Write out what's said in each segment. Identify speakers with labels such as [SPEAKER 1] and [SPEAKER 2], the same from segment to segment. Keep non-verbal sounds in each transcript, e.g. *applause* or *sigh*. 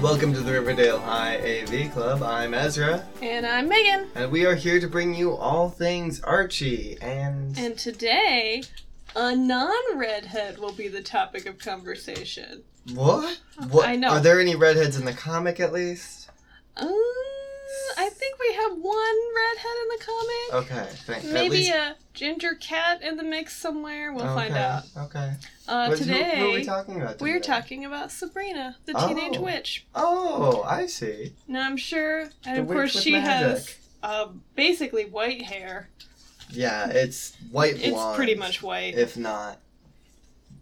[SPEAKER 1] Welcome to the Riverdale High AV Club. I'm Ezra,
[SPEAKER 2] And I'm Megan.
[SPEAKER 1] and we are here to bring you all things Archie and.
[SPEAKER 2] And today, a non redhead will be the topic of conversation.
[SPEAKER 1] what? What?
[SPEAKER 2] I know.
[SPEAKER 1] Are there any redheads in the comic at least?
[SPEAKER 2] Um, I think we have one redhead in the comic.
[SPEAKER 1] Okay, thank at
[SPEAKER 2] Maybe
[SPEAKER 1] least,
[SPEAKER 2] a ginger cat in the mix somewhere. We'll find
[SPEAKER 1] okay,
[SPEAKER 2] out.
[SPEAKER 1] Okay.
[SPEAKER 2] Uh,
[SPEAKER 1] But who-
[SPEAKER 2] today,
[SPEAKER 1] who, are we talking about?
[SPEAKER 2] we are
[SPEAKER 1] today?
[SPEAKER 2] talking about Sabrina, the
[SPEAKER 1] Oh.
[SPEAKER 2] teenage witch.
[SPEAKER 1] Oh, I see.
[SPEAKER 2] Now, I'm sure, and
[SPEAKER 1] The
[SPEAKER 2] of
[SPEAKER 1] witch
[SPEAKER 2] course,
[SPEAKER 1] with
[SPEAKER 2] she has
[SPEAKER 1] magic.
[SPEAKER 2] uh, basically white hair.
[SPEAKER 1] Yeah, it's white
[SPEAKER 2] It's
[SPEAKER 1] blonde.
[SPEAKER 2] pretty much white.
[SPEAKER 1] If not,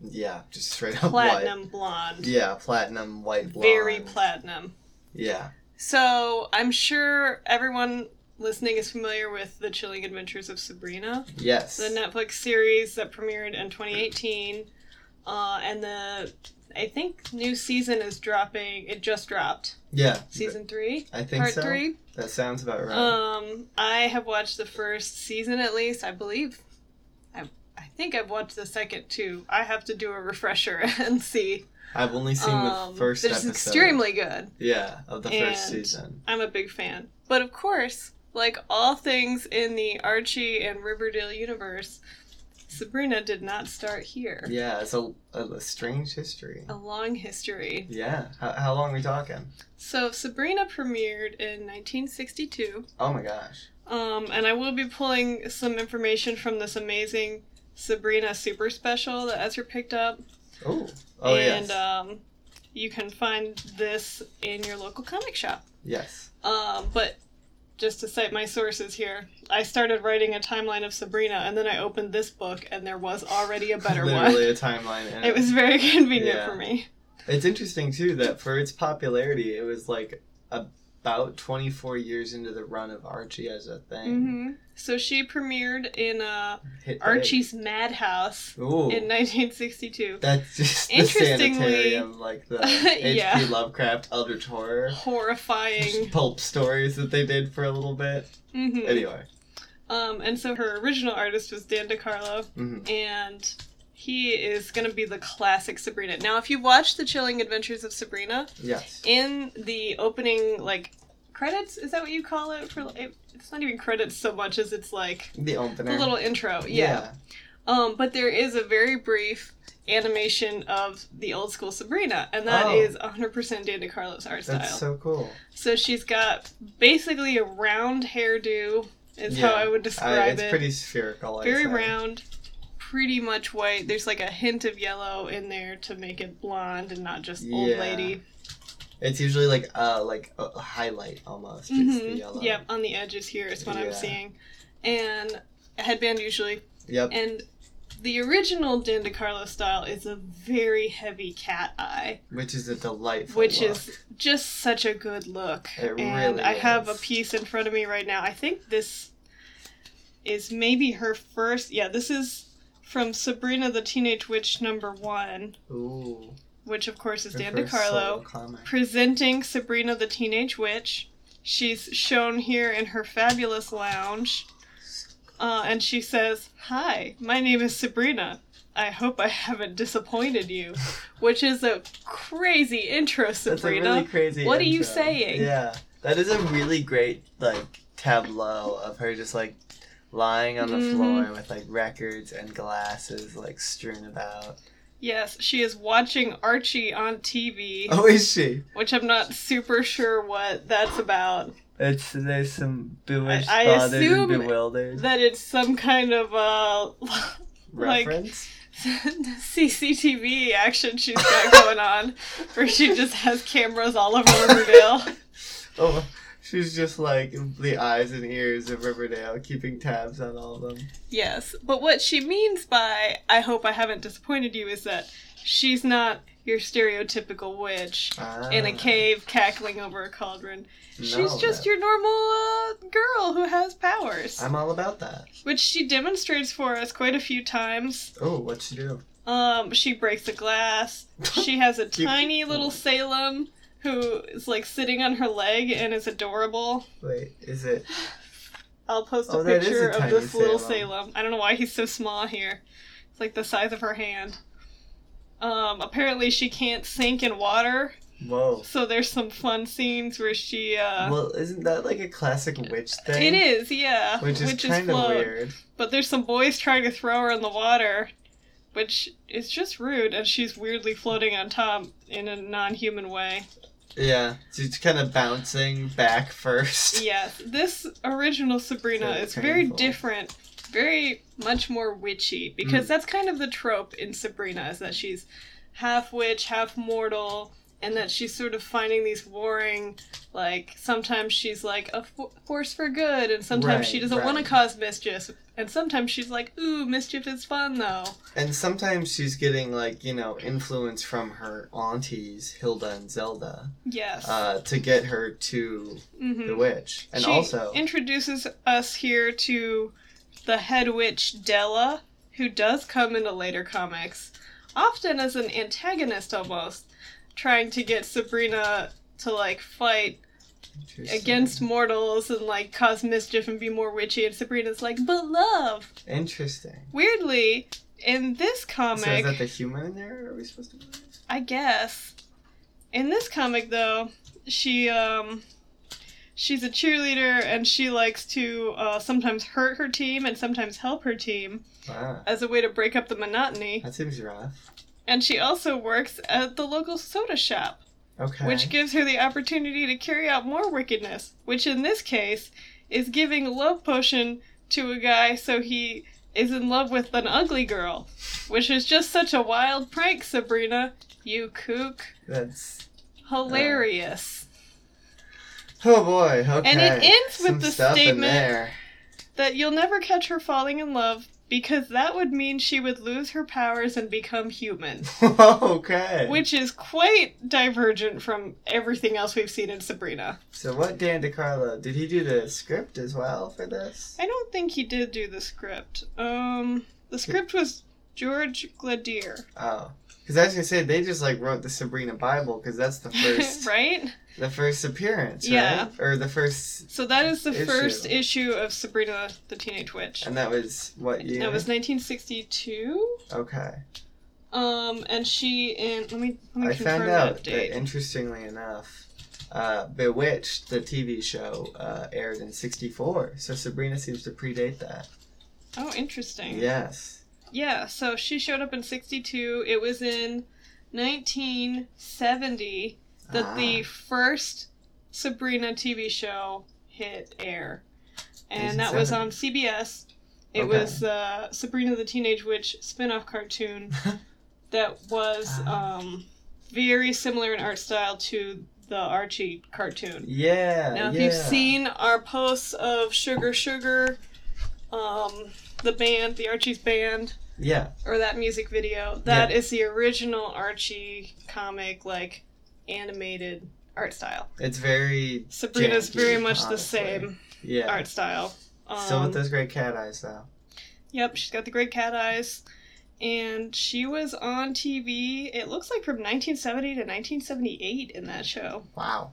[SPEAKER 1] yeah, just straight up
[SPEAKER 2] platinum
[SPEAKER 1] white.
[SPEAKER 2] blonde.
[SPEAKER 1] Yeah, platinum white blonde.
[SPEAKER 2] Very platinum.
[SPEAKER 1] Yeah.
[SPEAKER 2] So I'm sure everyone listening is familiar with The Chilling Adventures of Sabrina,
[SPEAKER 1] Yes.
[SPEAKER 2] the Netflix series that premiered in 2018. Uh, and the, I think, new season is dropping. It just dropped.
[SPEAKER 1] yeah.
[SPEAKER 2] Season three,
[SPEAKER 1] I think
[SPEAKER 2] part
[SPEAKER 1] so.
[SPEAKER 2] three.
[SPEAKER 1] That sounds about right.
[SPEAKER 2] Um, I have watched the first season at least, I believe. I, I think I've watched the second too. I have to do a *laughs* refresher and see.
[SPEAKER 1] I've only seen
[SPEAKER 2] Um,
[SPEAKER 1] the first
[SPEAKER 2] but it's
[SPEAKER 1] episode.
[SPEAKER 2] extremely good.
[SPEAKER 1] Yeah, of the first
[SPEAKER 2] And-
[SPEAKER 1] season.
[SPEAKER 2] I'm a big fan. But of course, like all things in the Archie and Riverdale universe, Sabrina did not start here.
[SPEAKER 1] Yeah, it's a, a, a strange history.
[SPEAKER 2] A long history.
[SPEAKER 1] Yeah. How, how long are we talking?
[SPEAKER 2] So Sabrina premiered in 1962,
[SPEAKER 1] Oh my gosh.
[SPEAKER 2] um, and I will be pulling some information from this amazing Sabrina super special that Ezra picked up.
[SPEAKER 1] Ooh. Oh,
[SPEAKER 2] and
[SPEAKER 1] yes.
[SPEAKER 2] um, you can find this in your local comic shop.
[SPEAKER 1] yes.
[SPEAKER 2] Um, but just to cite my sources here, I started writing a timeline of Sabrina, and then I opened this book, and there was already a better one.
[SPEAKER 1] *laughs* Literally a timeline. in
[SPEAKER 2] *laughs* It was very convenient
[SPEAKER 1] Yeah.
[SPEAKER 2] for me.
[SPEAKER 1] It's interesting too that for its popularity, it was like about 24 years into the run of Archie as a thing.
[SPEAKER 2] hmm So she premiered in uh,
[SPEAKER 1] Hit big.
[SPEAKER 2] Archie's Madhouse
[SPEAKER 1] Ooh.
[SPEAKER 2] in 1962.
[SPEAKER 1] that's just the
[SPEAKER 2] Interestingly-
[SPEAKER 1] sanitarium, like the H.P.
[SPEAKER 2] *laughs* Yeah.
[SPEAKER 1] Lovecraft Eldritch Horror *laughs*
[SPEAKER 2] Horrifying.
[SPEAKER 1] pulp stories that they did for a little bit.
[SPEAKER 2] hmm
[SPEAKER 1] Anyway,
[SPEAKER 2] Um, and so her original artist was Dan DiCarlo,
[SPEAKER 1] mhm.
[SPEAKER 2] and he is going to be the classic Sabrina. Now, if you've watched The Chilling Adventures of Sabrina,
[SPEAKER 1] yes,
[SPEAKER 2] in the opening like credits is that what you call it for it, it's not even credits so much as it's like
[SPEAKER 1] the opener.
[SPEAKER 2] the little intro yeah. um but there is a very brief animation of the old school sabrina and that
[SPEAKER 1] Oh.
[SPEAKER 2] is 100% dan DiCarlo's art style
[SPEAKER 1] that's
[SPEAKER 2] so-,
[SPEAKER 1] so cool. she's
[SPEAKER 2] she's got basically a round hairdo is how
[SPEAKER 1] Yeah.
[SPEAKER 2] i would
[SPEAKER 1] I,
[SPEAKER 2] describe
[SPEAKER 1] it's
[SPEAKER 2] it
[SPEAKER 1] pretty spherical. I'd
[SPEAKER 2] very
[SPEAKER 1] say.
[SPEAKER 2] round pretty much white there's like a hint of yellow in there to make it blonde and not just old
[SPEAKER 1] Yeah.
[SPEAKER 2] lady
[SPEAKER 1] It's usually like uh like a a highlight almost. It's the
[SPEAKER 2] Mhm.
[SPEAKER 1] yellow.
[SPEAKER 2] Yep, on the edges here is what
[SPEAKER 1] Yeah.
[SPEAKER 2] I'm seeing. And a headband usually.
[SPEAKER 1] Yep.
[SPEAKER 2] And the original Dan DiCarlo style is a very heavy cat eye,
[SPEAKER 1] Which is a delightful.
[SPEAKER 2] which
[SPEAKER 1] look.
[SPEAKER 2] is just such a good look.
[SPEAKER 1] It
[SPEAKER 2] and
[SPEAKER 1] really
[SPEAKER 2] I have a
[SPEAKER 1] is.
[SPEAKER 2] piece in front of me right now. I think this is maybe her first. Yeah, this is from Sabrina the Teenage Witch number one,
[SPEAKER 1] Ooh.
[SPEAKER 2] which of course is
[SPEAKER 1] her
[SPEAKER 2] Dan
[SPEAKER 1] first
[SPEAKER 2] DiCarlo.
[SPEAKER 1] solo comic.
[SPEAKER 2] presenting Sabrina the Teenage Witch. She's shown here in her fabulous lounge. Uh, and she says, Hi, my name is Sabrina. I hope I haven't disappointed you. Which is a crazy intro,
[SPEAKER 1] That's a
[SPEAKER 2] Sabrina.
[SPEAKER 1] really crazy.
[SPEAKER 2] what are you
[SPEAKER 1] intro.
[SPEAKER 2] saying?
[SPEAKER 1] Yeah, that is a really great like tableau of her just like lying on the
[SPEAKER 2] Mhm.
[SPEAKER 1] floor with like records and glasses like strewn about.
[SPEAKER 2] Yes, she is watching Archie on TV,
[SPEAKER 1] Oh, is she?
[SPEAKER 2] which I'm not super sure what that's about.
[SPEAKER 1] It's there's some bewitched,
[SPEAKER 2] I- I
[SPEAKER 1] bothered,
[SPEAKER 2] assume
[SPEAKER 1] and bewildered
[SPEAKER 2] That it's some kind of uh, like-
[SPEAKER 1] reference.
[SPEAKER 2] CCTV action she's got going on, where she just has cameras all over Riverdale.
[SPEAKER 1] Oh, she's just like the eyes and ears of Riverdale, keeping tabs on all of them.
[SPEAKER 2] Yes, but what she means by "I hope I haven't disappointed you" is that she's not your stereotypical witch
[SPEAKER 1] Ah,
[SPEAKER 2] in a cave cackling over a cauldron. she's
[SPEAKER 1] no,
[SPEAKER 2] just
[SPEAKER 1] that-
[SPEAKER 2] your normal uh, girl who has powers,
[SPEAKER 1] I'm all about that.
[SPEAKER 2] which she demonstrates for us quite a few times.
[SPEAKER 1] Oh, what'd she do?
[SPEAKER 2] Um, she breaks a glass. She has a
[SPEAKER 1] *laughs* Cute.
[SPEAKER 2] tiny little Salem who is like sitting on her leg and is adorable.
[SPEAKER 1] Wait, is it?
[SPEAKER 2] I'll post a
[SPEAKER 1] Oh, that is
[SPEAKER 2] picture
[SPEAKER 1] a
[SPEAKER 2] of
[SPEAKER 1] tiny
[SPEAKER 2] this little
[SPEAKER 1] Salem.
[SPEAKER 2] Salem. I don't know why he's so small here. It's like the size of her hand. Um, apparently she can't sink in water,
[SPEAKER 1] Whoa.
[SPEAKER 2] So there's some fun scenes where she. Uh,
[SPEAKER 1] well, isn't that like a classic witch thing?
[SPEAKER 2] it is, yeah.
[SPEAKER 1] Which is
[SPEAKER 2] Witches
[SPEAKER 1] kind of
[SPEAKER 2] float.
[SPEAKER 1] weird.
[SPEAKER 2] But there's some boys trying to throw her in the water, which is just rude, and she's weirdly floating on top in a non human way.
[SPEAKER 1] Yeah, she's kind of bouncing back first.
[SPEAKER 2] Yes, this original Sabrina
[SPEAKER 1] So
[SPEAKER 2] is very
[SPEAKER 1] painful.
[SPEAKER 2] different, very much more witchy, because
[SPEAKER 1] Mm.
[SPEAKER 2] that's kind of the trope in Sabrina is that she's half witch, half mortal, and that she's sort of finding these warring, like, sometimes she's like a fo- force for good, and sometimes she
[SPEAKER 1] Right,
[SPEAKER 2] doesn't want to
[SPEAKER 1] right.
[SPEAKER 2] cause mischief, and sometimes she's like, ooh, mischief is fun though.
[SPEAKER 1] And sometimes she's getting like you know influence from her aunties Hilda and Zelda
[SPEAKER 2] Yes.
[SPEAKER 1] uh, to get her to
[SPEAKER 2] hmm
[SPEAKER 1] the witch, and
[SPEAKER 2] she
[SPEAKER 1] also
[SPEAKER 2] introduces us here to the head witch Della, who does come into later comics, often as an antagonist almost, trying to get Sabrina to like fight
[SPEAKER 1] Interesting.
[SPEAKER 2] against mortals and like cause mischief and be more witchy. And Sabrina's like, but love.
[SPEAKER 1] Interesting.
[SPEAKER 2] Weirdly, in this comic,
[SPEAKER 1] So is that the humor in there? Are we supposed to? believe?
[SPEAKER 2] I guess. In this comic though, she um she's a cheerleader and she likes to uh, sometimes hurt her team and sometimes help her team
[SPEAKER 1] Wow,
[SPEAKER 2] as a way to break up the monotony.
[SPEAKER 1] that seems rough.
[SPEAKER 2] And she also works at the local soda shop,
[SPEAKER 1] Okay.
[SPEAKER 2] which gives her the opportunity to carry out more wickedness, which in this case is giving love potion to a guy so he is in love with an ugly girl, which is just such a wild prank, Sabrina. You kook.
[SPEAKER 1] That's
[SPEAKER 2] Hilarious.
[SPEAKER 1] oh boy. Okay.
[SPEAKER 2] it ends with
[SPEAKER 1] Some
[SPEAKER 2] the
[SPEAKER 1] stuff in
[SPEAKER 2] statement-
[SPEAKER 1] there. *laughs*
[SPEAKER 2] that you'll never catch her falling in love because that would mean she would lose her powers and become human,
[SPEAKER 1] okay.
[SPEAKER 2] which is quite divergent from everything else we've seen in Sabrina.
[SPEAKER 1] So what Dan DiCarlo did he do the script as well for this?
[SPEAKER 2] I don't think he did do the script. Um, the script was George Gladier,
[SPEAKER 1] Oh, because I was gonna say they just like wrote the Sabrina Bible because that's
[SPEAKER 2] *laughs*
[SPEAKER 1] the first
[SPEAKER 2] right?
[SPEAKER 1] the first appearance, right?
[SPEAKER 2] Yeah.
[SPEAKER 1] Or the first,
[SPEAKER 2] So that is the
[SPEAKER 1] Issue.
[SPEAKER 2] first issue of Sabrina the Teenage Witch.
[SPEAKER 1] and that was what year?
[SPEAKER 2] That was 1962.
[SPEAKER 1] okay.
[SPEAKER 2] Um, and she in let me let me
[SPEAKER 1] I
[SPEAKER 2] confirm
[SPEAKER 1] found
[SPEAKER 2] that
[SPEAKER 1] out
[SPEAKER 2] date.
[SPEAKER 1] that interestingly enough, uh, Bewitched, the TV show, uh, aired in '64, so Sabrina seems to predate that.
[SPEAKER 2] oh, interesting.
[SPEAKER 1] Yes.
[SPEAKER 2] Yeah, so she showed up in 62. It was in 1970 that
[SPEAKER 1] Ah.
[SPEAKER 2] the first Sabrina TV show hit air. And that was on CBS. It
[SPEAKER 1] Okay.
[SPEAKER 2] was uh, Sabrina the Teenage Witch spin-off
[SPEAKER 1] *laughs*
[SPEAKER 2] cartoon that was
[SPEAKER 1] Ah.
[SPEAKER 2] um, very similar in art style to the Archie cartoon.
[SPEAKER 1] yeah.
[SPEAKER 2] Now,
[SPEAKER 1] Uh,
[SPEAKER 2] if
[SPEAKER 1] yeah.
[SPEAKER 2] you've seen our posts of Sugar Sugar, um, the band, the Archie's band,
[SPEAKER 1] Yeah.
[SPEAKER 2] or that music video, that is the original Archie comic, like animated art style.
[SPEAKER 1] It's very.
[SPEAKER 2] Sabrina's
[SPEAKER 1] Janky,
[SPEAKER 2] very much the
[SPEAKER 1] honestly.
[SPEAKER 2] same
[SPEAKER 1] Yeah.
[SPEAKER 2] art style. Um,
[SPEAKER 1] Still with those great cat eyes, though.
[SPEAKER 2] Yep, she's got the great cat eyes. And she was on TV, it looks like from 1970 to 1978 in that show.
[SPEAKER 1] Wow.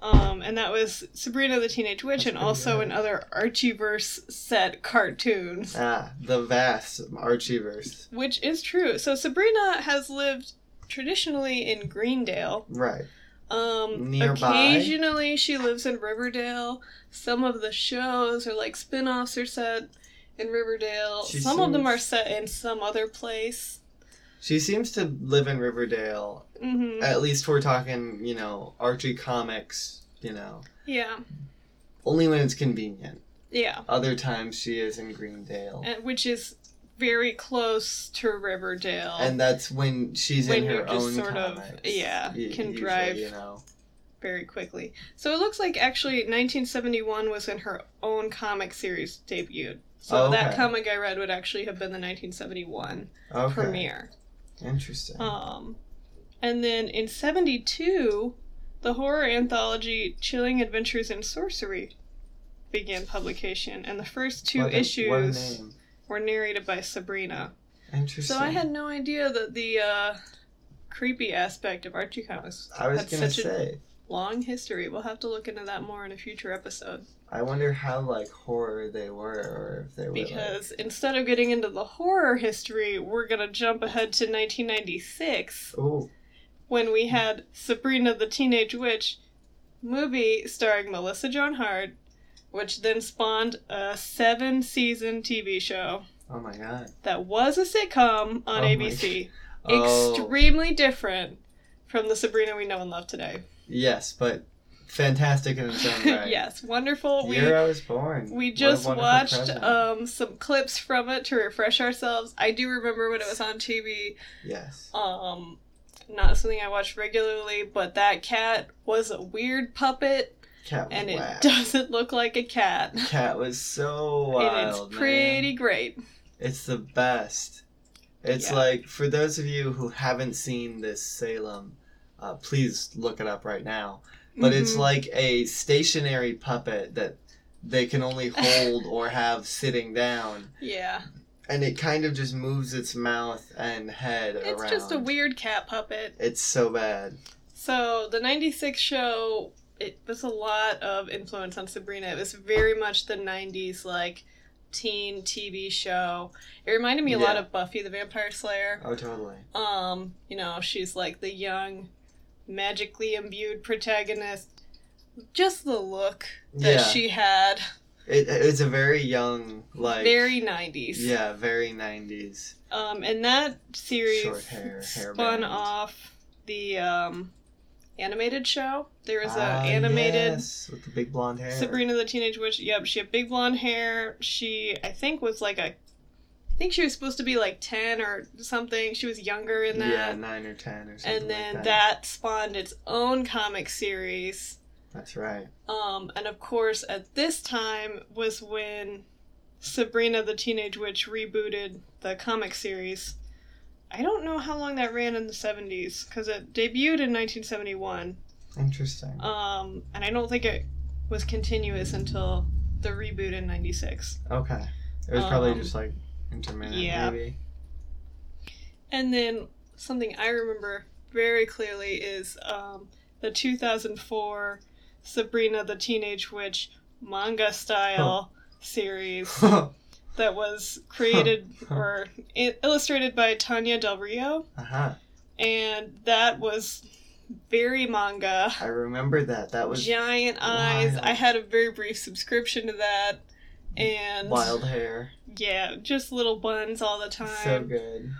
[SPEAKER 2] Um, and that was Sabrina the Teenage Witch
[SPEAKER 1] That's
[SPEAKER 2] and
[SPEAKER 1] pretty
[SPEAKER 2] also
[SPEAKER 1] good.
[SPEAKER 2] in other Archieverse set cartoons.
[SPEAKER 1] Ah, the vast Archieverse.
[SPEAKER 2] Which is true. So Sabrina has lived traditionally in Greendale.
[SPEAKER 1] Right.
[SPEAKER 2] Um,
[SPEAKER 1] Nearby.
[SPEAKER 2] occasionally she lives in Riverdale. Some of the shows are like spin-offs are set in Riverdale.
[SPEAKER 1] She
[SPEAKER 2] some of them
[SPEAKER 1] seems-
[SPEAKER 2] are set in some other place.
[SPEAKER 1] She seems to live in Riverdale.
[SPEAKER 2] hmm
[SPEAKER 1] At least we're talking, you know, Archie comics, you know.
[SPEAKER 2] yeah,
[SPEAKER 1] Only when it's convenient.
[SPEAKER 2] yeah,
[SPEAKER 1] Other times she is in Greendale.
[SPEAKER 2] and, which is very close to Riverdale.
[SPEAKER 1] And that's when she's
[SPEAKER 2] When
[SPEAKER 1] in
[SPEAKER 2] you're
[SPEAKER 1] her
[SPEAKER 2] just
[SPEAKER 1] own
[SPEAKER 2] sort of-
[SPEAKER 1] comics,
[SPEAKER 2] yeah,
[SPEAKER 1] u-
[SPEAKER 2] can
[SPEAKER 1] usually,
[SPEAKER 2] drive.
[SPEAKER 1] You know,
[SPEAKER 2] very quickly. So it looks like actually 1971 was when her own comic series debuted. So
[SPEAKER 1] Oh,
[SPEAKER 2] that
[SPEAKER 1] okay.
[SPEAKER 2] comic I read would actually have been the 1971
[SPEAKER 1] okay.
[SPEAKER 2] premiere.
[SPEAKER 1] Interesting.
[SPEAKER 2] Um, and then in 72, the horror anthology Chilling Adventures in Sorcery began publication, and the first two
[SPEAKER 1] What a- What a
[SPEAKER 2] issues
[SPEAKER 1] name.
[SPEAKER 2] were narrated by Sabrina.
[SPEAKER 1] Interesting.
[SPEAKER 2] So I had no idea that the uh, creepy aspect of Archie comics
[SPEAKER 1] I was
[SPEAKER 2] had
[SPEAKER 1] gonna
[SPEAKER 2] such a
[SPEAKER 1] say.
[SPEAKER 2] long history. We'll have to look into that more in a future episode
[SPEAKER 1] I wonder how like horror they were, or if they were. like-
[SPEAKER 2] because instead of getting into the horror history, we're going to jump ahead to 1996
[SPEAKER 1] Ooh,
[SPEAKER 2] when we had Sabrina the Teenage Witch movie starring Melissa Joan Hart, which then spawned a seven season TV show
[SPEAKER 1] Oh my god.
[SPEAKER 2] that was a sitcom
[SPEAKER 1] Oh
[SPEAKER 2] on
[SPEAKER 1] my-
[SPEAKER 2] ABC.
[SPEAKER 1] Oh,
[SPEAKER 2] *laughs* Extremely different from the Sabrina we know and love today.
[SPEAKER 1] Yes, but fantastic in its
[SPEAKER 2] *laughs*
[SPEAKER 1] own right.
[SPEAKER 2] yes, wonderful. We
[SPEAKER 1] Year I was born. What
[SPEAKER 2] we
[SPEAKER 1] a
[SPEAKER 2] just
[SPEAKER 1] wonderful
[SPEAKER 2] watched
[SPEAKER 1] present.
[SPEAKER 2] um, some clips from it to refresh ourselves. I do remember when it was on TV.
[SPEAKER 1] yes.
[SPEAKER 2] Um, not something I watch regularly, but that cat was a weird puppet,
[SPEAKER 1] Cat
[SPEAKER 2] and
[SPEAKER 1] was
[SPEAKER 2] it *laughs*
[SPEAKER 1] whack.
[SPEAKER 2] doesn't look like a cat. *laughs*
[SPEAKER 1] Cat was so
[SPEAKER 2] and
[SPEAKER 1] wild.
[SPEAKER 2] it's pretty
[SPEAKER 1] man.
[SPEAKER 2] great.
[SPEAKER 1] It's the best. It's
[SPEAKER 2] Yeah.
[SPEAKER 1] like for those of you who haven't seen this Salem, uh, please look it up right now. But it's
[SPEAKER 2] Mhm.
[SPEAKER 1] like a stationary puppet that they can
[SPEAKER 2] *laughs*
[SPEAKER 1] only hold or have sitting down,
[SPEAKER 2] yeah,
[SPEAKER 1] and it kind of just moves its mouth and head
[SPEAKER 2] it's
[SPEAKER 1] around.
[SPEAKER 2] just a weird cat puppet.
[SPEAKER 1] It's so bad.
[SPEAKER 2] So the '96 show, it was a lot of influence on Sabrina. It was very much the '90s like teen TV show. It reminded me a lot
[SPEAKER 1] Yeah.
[SPEAKER 2] of Buffy the Vampire Slayer.
[SPEAKER 1] Oh, totally.
[SPEAKER 2] Um, you know, she's like the young, magically imbued protagonist. Just the look that
[SPEAKER 1] yeah,
[SPEAKER 2] she had,
[SPEAKER 1] it, it's a very young, like
[SPEAKER 2] very '90s.
[SPEAKER 1] yeah, very nineties.
[SPEAKER 2] Um, and that series
[SPEAKER 1] Short hair, hair
[SPEAKER 2] spun
[SPEAKER 1] band.
[SPEAKER 2] off the um, animated show. There was a
[SPEAKER 1] Ah,
[SPEAKER 2] animated
[SPEAKER 1] yes, with the big blonde hair.
[SPEAKER 2] Sabrina the Teenage Witch. Yep, she had big blonde hair. She, I think, was like a. I think she was supposed to be like 10 or something. She was younger in
[SPEAKER 1] Yeah,
[SPEAKER 2] that.
[SPEAKER 1] nine or ten or something.
[SPEAKER 2] and then
[SPEAKER 1] like that.
[SPEAKER 2] that spawned its own comic series.
[SPEAKER 1] That's right.
[SPEAKER 2] Um, and of course, at this time was when Sabrina the Teenage Witch rebooted the comic series. I don't know how long that ran in the 70s because it debuted in 1971.
[SPEAKER 1] Interesting.
[SPEAKER 2] Um, and I don't think it was continuous until the reboot in 96.
[SPEAKER 1] okay. It was probably
[SPEAKER 2] um,
[SPEAKER 1] just like intermittent,
[SPEAKER 2] yeah.
[SPEAKER 1] maybe. *laughs*
[SPEAKER 2] And then something I remember very clearly is um, the 2004 Sabrina the Teenage Witch manga style series.
[SPEAKER 1] uh
[SPEAKER 2] that was created
[SPEAKER 1] Huh.
[SPEAKER 2] or i- illustrated by Tanya Del Rio,
[SPEAKER 1] huh.
[SPEAKER 2] and that was very manga.
[SPEAKER 1] I remember that. That was
[SPEAKER 2] Giant eyes.
[SPEAKER 1] wild.
[SPEAKER 2] I had a very brief subscription to that, and
[SPEAKER 1] wild hair.
[SPEAKER 2] yeah, just little buns all the time.
[SPEAKER 1] So good.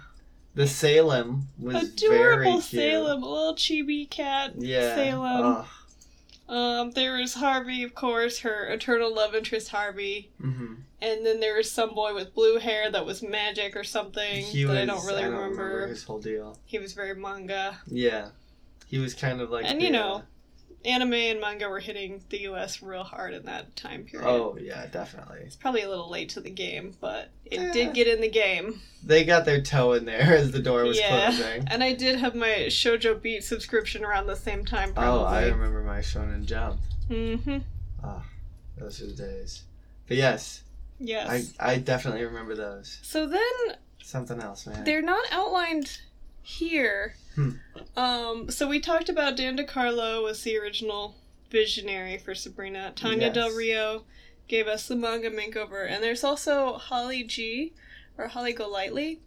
[SPEAKER 1] The Salem was very
[SPEAKER 2] Adorable
[SPEAKER 1] cute.
[SPEAKER 2] Salem, a little chibi cat.
[SPEAKER 1] Yeah. Ah,
[SPEAKER 2] Salem. Um, there was Harvey, of course, her eternal love interest Harvey,
[SPEAKER 1] hmm
[SPEAKER 2] and then there was some boy with blue hair that was magic or something
[SPEAKER 1] He
[SPEAKER 2] that
[SPEAKER 1] was.
[SPEAKER 2] I don't really
[SPEAKER 1] remember.
[SPEAKER 2] remember.
[SPEAKER 1] his whole deal.
[SPEAKER 2] He was very manga.
[SPEAKER 1] Yeah. He was kind of like.
[SPEAKER 2] And, you
[SPEAKER 1] the,
[SPEAKER 2] know, anime and manga were hitting the US real hard in that time
[SPEAKER 1] uh,
[SPEAKER 2] period.
[SPEAKER 1] Oh yeah, definitely.
[SPEAKER 2] It's probably a little late to the game, but it
[SPEAKER 1] Eh.
[SPEAKER 2] did get in the game.
[SPEAKER 1] They got their toe in there *laughs* as the door was eh?
[SPEAKER 2] Yeah. *laughs*
[SPEAKER 1] closing.
[SPEAKER 2] And I did have my Shoujo Beat subscription around the same time,
[SPEAKER 1] Oh, I
[SPEAKER 2] probably.
[SPEAKER 1] remember my Shonen Jump.
[SPEAKER 2] mm-hmm.
[SPEAKER 1] Ah, Those were the days. But yes,
[SPEAKER 2] Yes.
[SPEAKER 1] I, I definitely remember those.
[SPEAKER 2] So then
[SPEAKER 1] Something else, man.
[SPEAKER 2] they're not outlined here.
[SPEAKER 1] Hmm.
[SPEAKER 2] Um, so we talked about Dan DiCarlo was the original visionary for Sabrina. Tanya
[SPEAKER 1] Yes.
[SPEAKER 2] Del Rio gave us the manga makeover, and there's also Holly G, or Holly Golightly,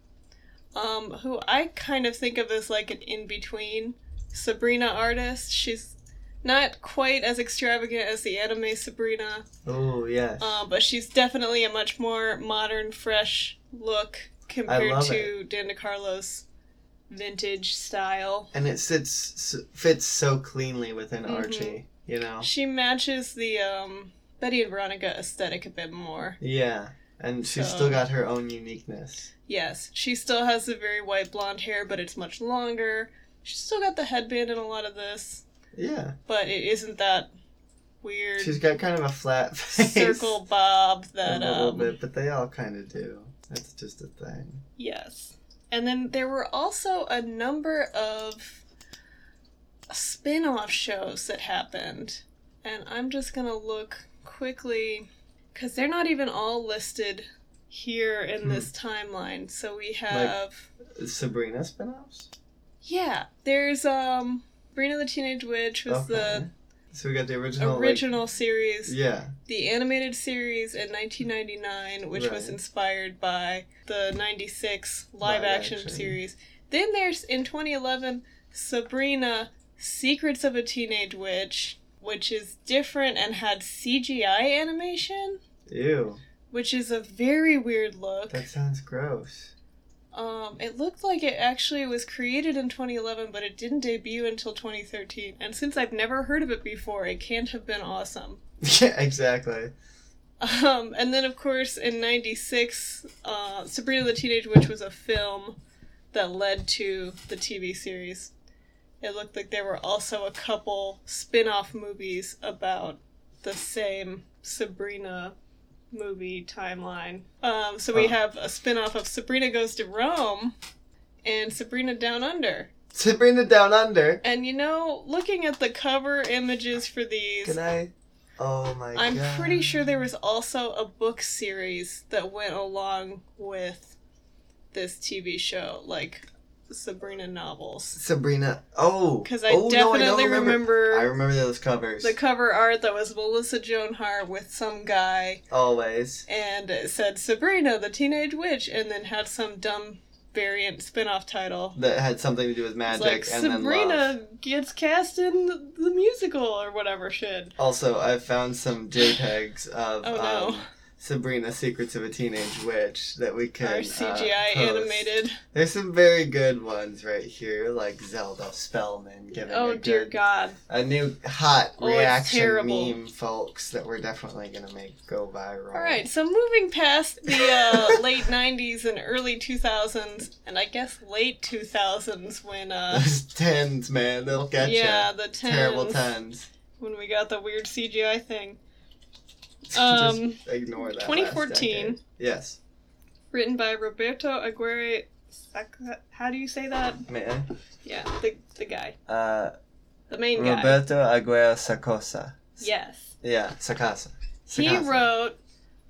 [SPEAKER 2] um, who I kind of think of as like an in between Sabrina artist. She's not quite as extravagant as the anime Sabrina,
[SPEAKER 1] oh yes.
[SPEAKER 2] uh, but she's definitely a much more modern, fresh look
[SPEAKER 1] I
[SPEAKER 2] compared
[SPEAKER 1] love
[SPEAKER 2] to Dan DiCarlo's vintage style.
[SPEAKER 1] and it sits s- fits so cleanly within
[SPEAKER 2] Mhm.
[SPEAKER 1] Archie. You know.
[SPEAKER 2] She matches the um, Betty and Veronica aesthetic a bit more.
[SPEAKER 1] Yeah, and she's
[SPEAKER 2] So-
[SPEAKER 1] still got her own uniqueness.
[SPEAKER 2] Yes, she still has the very white blonde hair, but it's much longer. She's still got the headband in a lot of this,
[SPEAKER 1] Yeah,
[SPEAKER 2] but it isn't that weird
[SPEAKER 1] she's got kind of a flat *laughs* face.
[SPEAKER 2] circle bob that
[SPEAKER 1] a little
[SPEAKER 2] um,
[SPEAKER 1] bit, but they all kind of do. That's just a thing.
[SPEAKER 2] Yes. And then there were also a number of spin off shows that happened. And I'm just going to look quickly because they're not even all listed here in
[SPEAKER 1] Hmm.
[SPEAKER 2] this timeline. So we have.
[SPEAKER 1] Sabrina spinoffs.
[SPEAKER 2] yeah. There's, um. Sabrina the Teenage Witch was
[SPEAKER 1] Oh, So we got the
[SPEAKER 2] the
[SPEAKER 1] original. like-
[SPEAKER 2] original series.
[SPEAKER 1] yeah.
[SPEAKER 2] The animated series in 1999, which was
[SPEAKER 1] Right.
[SPEAKER 2] inspired by the 96 live
[SPEAKER 1] Live
[SPEAKER 2] action
[SPEAKER 1] action.
[SPEAKER 2] series. Then there's in 2011 Sabrina Secrets of a Teenage Witch, which is different and had CGI animation,
[SPEAKER 1] Ew.
[SPEAKER 2] which is a very weird look.
[SPEAKER 1] That sounds gross. *laughs*
[SPEAKER 2] Um, it looked like it actually was created in 2011, but it didn't debut until 2013. And since I've never heard of it before, it can't have been awesome.
[SPEAKER 1] yeah, exactly.
[SPEAKER 2] Um, and then, of course, in '96, uh, Sabrina the Teenage Witch was a film that led to the TV series. It looked like there were also a couple spin off movies about the same Sabrina movie timeline. Um, so we
[SPEAKER 1] Oh.
[SPEAKER 2] have a spin off of Sabrina Goes to Rome and Sabrina Down Under.
[SPEAKER 1] Sabrina Down Under.
[SPEAKER 2] And you know, looking at the cover images for these,
[SPEAKER 1] Can I? Oh my
[SPEAKER 2] I'm
[SPEAKER 1] god.
[SPEAKER 2] pretty sure there was also a book series that went along with this TV show, like Sabrina novels.
[SPEAKER 1] Sabrina. Oh.
[SPEAKER 2] Because I
[SPEAKER 1] oh, no,
[SPEAKER 2] definitely
[SPEAKER 1] don't
[SPEAKER 2] remember,
[SPEAKER 1] I remember those covers.
[SPEAKER 2] the cover art that was Melissa Joan Hart with some guy,
[SPEAKER 1] Always.
[SPEAKER 2] and it said Sabrina the Teenage Witch, and then had some dumb variant spin off title.
[SPEAKER 1] That had something to do with
[SPEAKER 2] It's
[SPEAKER 1] magic
[SPEAKER 2] like
[SPEAKER 1] and then love.
[SPEAKER 2] Sabrina gets cast in the, the musical or whatever shit.
[SPEAKER 1] Also, I found some JPEGs of
[SPEAKER 2] Oh no,
[SPEAKER 1] um, Sabrina Secrets of a Teenage Witch that we can
[SPEAKER 2] our
[SPEAKER 1] uh,
[SPEAKER 2] CGI
[SPEAKER 1] post.
[SPEAKER 2] animated.
[SPEAKER 1] There's some very good ones right here, like Zelda Spellman giving
[SPEAKER 2] Oh
[SPEAKER 1] a,
[SPEAKER 2] dear
[SPEAKER 1] good-
[SPEAKER 2] God.
[SPEAKER 1] a new hot
[SPEAKER 2] Oh, it's
[SPEAKER 1] reaction
[SPEAKER 2] terrible.
[SPEAKER 1] meme, folks, that we're definitely gonna make go viral.
[SPEAKER 2] All right, so moving past the
[SPEAKER 1] *laughs*
[SPEAKER 2] uh, late '90s and early 2000s, and I guess late 2000s
[SPEAKER 1] *laughs*
[SPEAKER 2] when, uh,
[SPEAKER 1] Those tens, man, they'll get
[SPEAKER 2] yeah,
[SPEAKER 1] you.
[SPEAKER 2] the 10s,
[SPEAKER 1] Terrible tens. *laughs*
[SPEAKER 2] when we got the weird CGI thing, Um,
[SPEAKER 1] Just ignore that. last
[SPEAKER 2] 2014.
[SPEAKER 1] decade. yes,
[SPEAKER 2] written by Roberto Aguirre. Sac- How do you say that?
[SPEAKER 1] may I?
[SPEAKER 2] Yeah, the the guy,
[SPEAKER 1] Uh,
[SPEAKER 2] the main guy.
[SPEAKER 1] Roberto Aguirre Sacosa.
[SPEAKER 2] Yes,
[SPEAKER 1] Yeah, Sacasa.
[SPEAKER 2] he
[SPEAKER 1] Sacasa.
[SPEAKER 2] wrote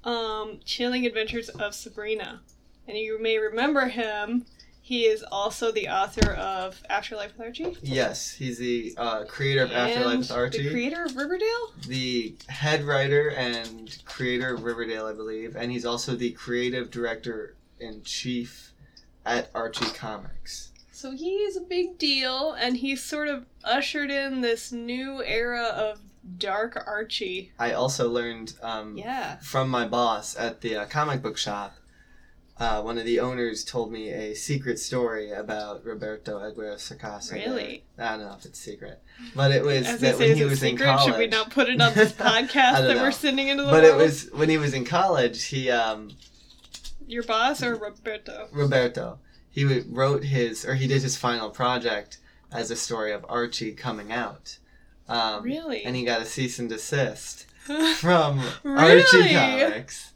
[SPEAKER 2] um, *Chilling Adventures of Sabrina*, and you may remember him. He is also the author of *Afterlife with Archie*.
[SPEAKER 1] Yes, he's the uh, creator of Afterlife
[SPEAKER 2] and
[SPEAKER 1] with Archie.
[SPEAKER 2] The creator of Riverdale?
[SPEAKER 1] the head writer and creator of Riverdale, I believe, and he's also the creative director in chief at Archie Comics.
[SPEAKER 2] So he is a big deal, and he sort of ushered in this new era of dark Archie.
[SPEAKER 1] I also learned um,
[SPEAKER 2] Yeah.
[SPEAKER 1] from my boss at the uh, comic book shop. Uh, one of the owners told me a secret story about Roberto Aguirre Sacasa.
[SPEAKER 2] Really?
[SPEAKER 1] I don't know if it's secret, but it was
[SPEAKER 2] As they
[SPEAKER 1] that
[SPEAKER 2] say,
[SPEAKER 1] when
[SPEAKER 2] it's
[SPEAKER 1] he
[SPEAKER 2] a
[SPEAKER 1] was in
[SPEAKER 2] secret.
[SPEAKER 1] college.
[SPEAKER 2] Should we not put it on
[SPEAKER 1] *laughs*
[SPEAKER 2] this
[SPEAKER 1] I
[SPEAKER 2] podcast
[SPEAKER 1] don't
[SPEAKER 2] that
[SPEAKER 1] know.
[SPEAKER 2] we're sending into the
[SPEAKER 1] but it
[SPEAKER 2] world?
[SPEAKER 1] was when he was in college. He um,
[SPEAKER 2] Your
[SPEAKER 1] *laughs*
[SPEAKER 2] boss or Roberto?
[SPEAKER 1] Roberto. He w- wrote his, or he did his final project as a story of Archie coming out. Um,
[SPEAKER 2] Really?
[SPEAKER 1] And he got a cease and desist
[SPEAKER 2] *laughs*
[SPEAKER 1] from Archie
[SPEAKER 2] Really?
[SPEAKER 1] Comics.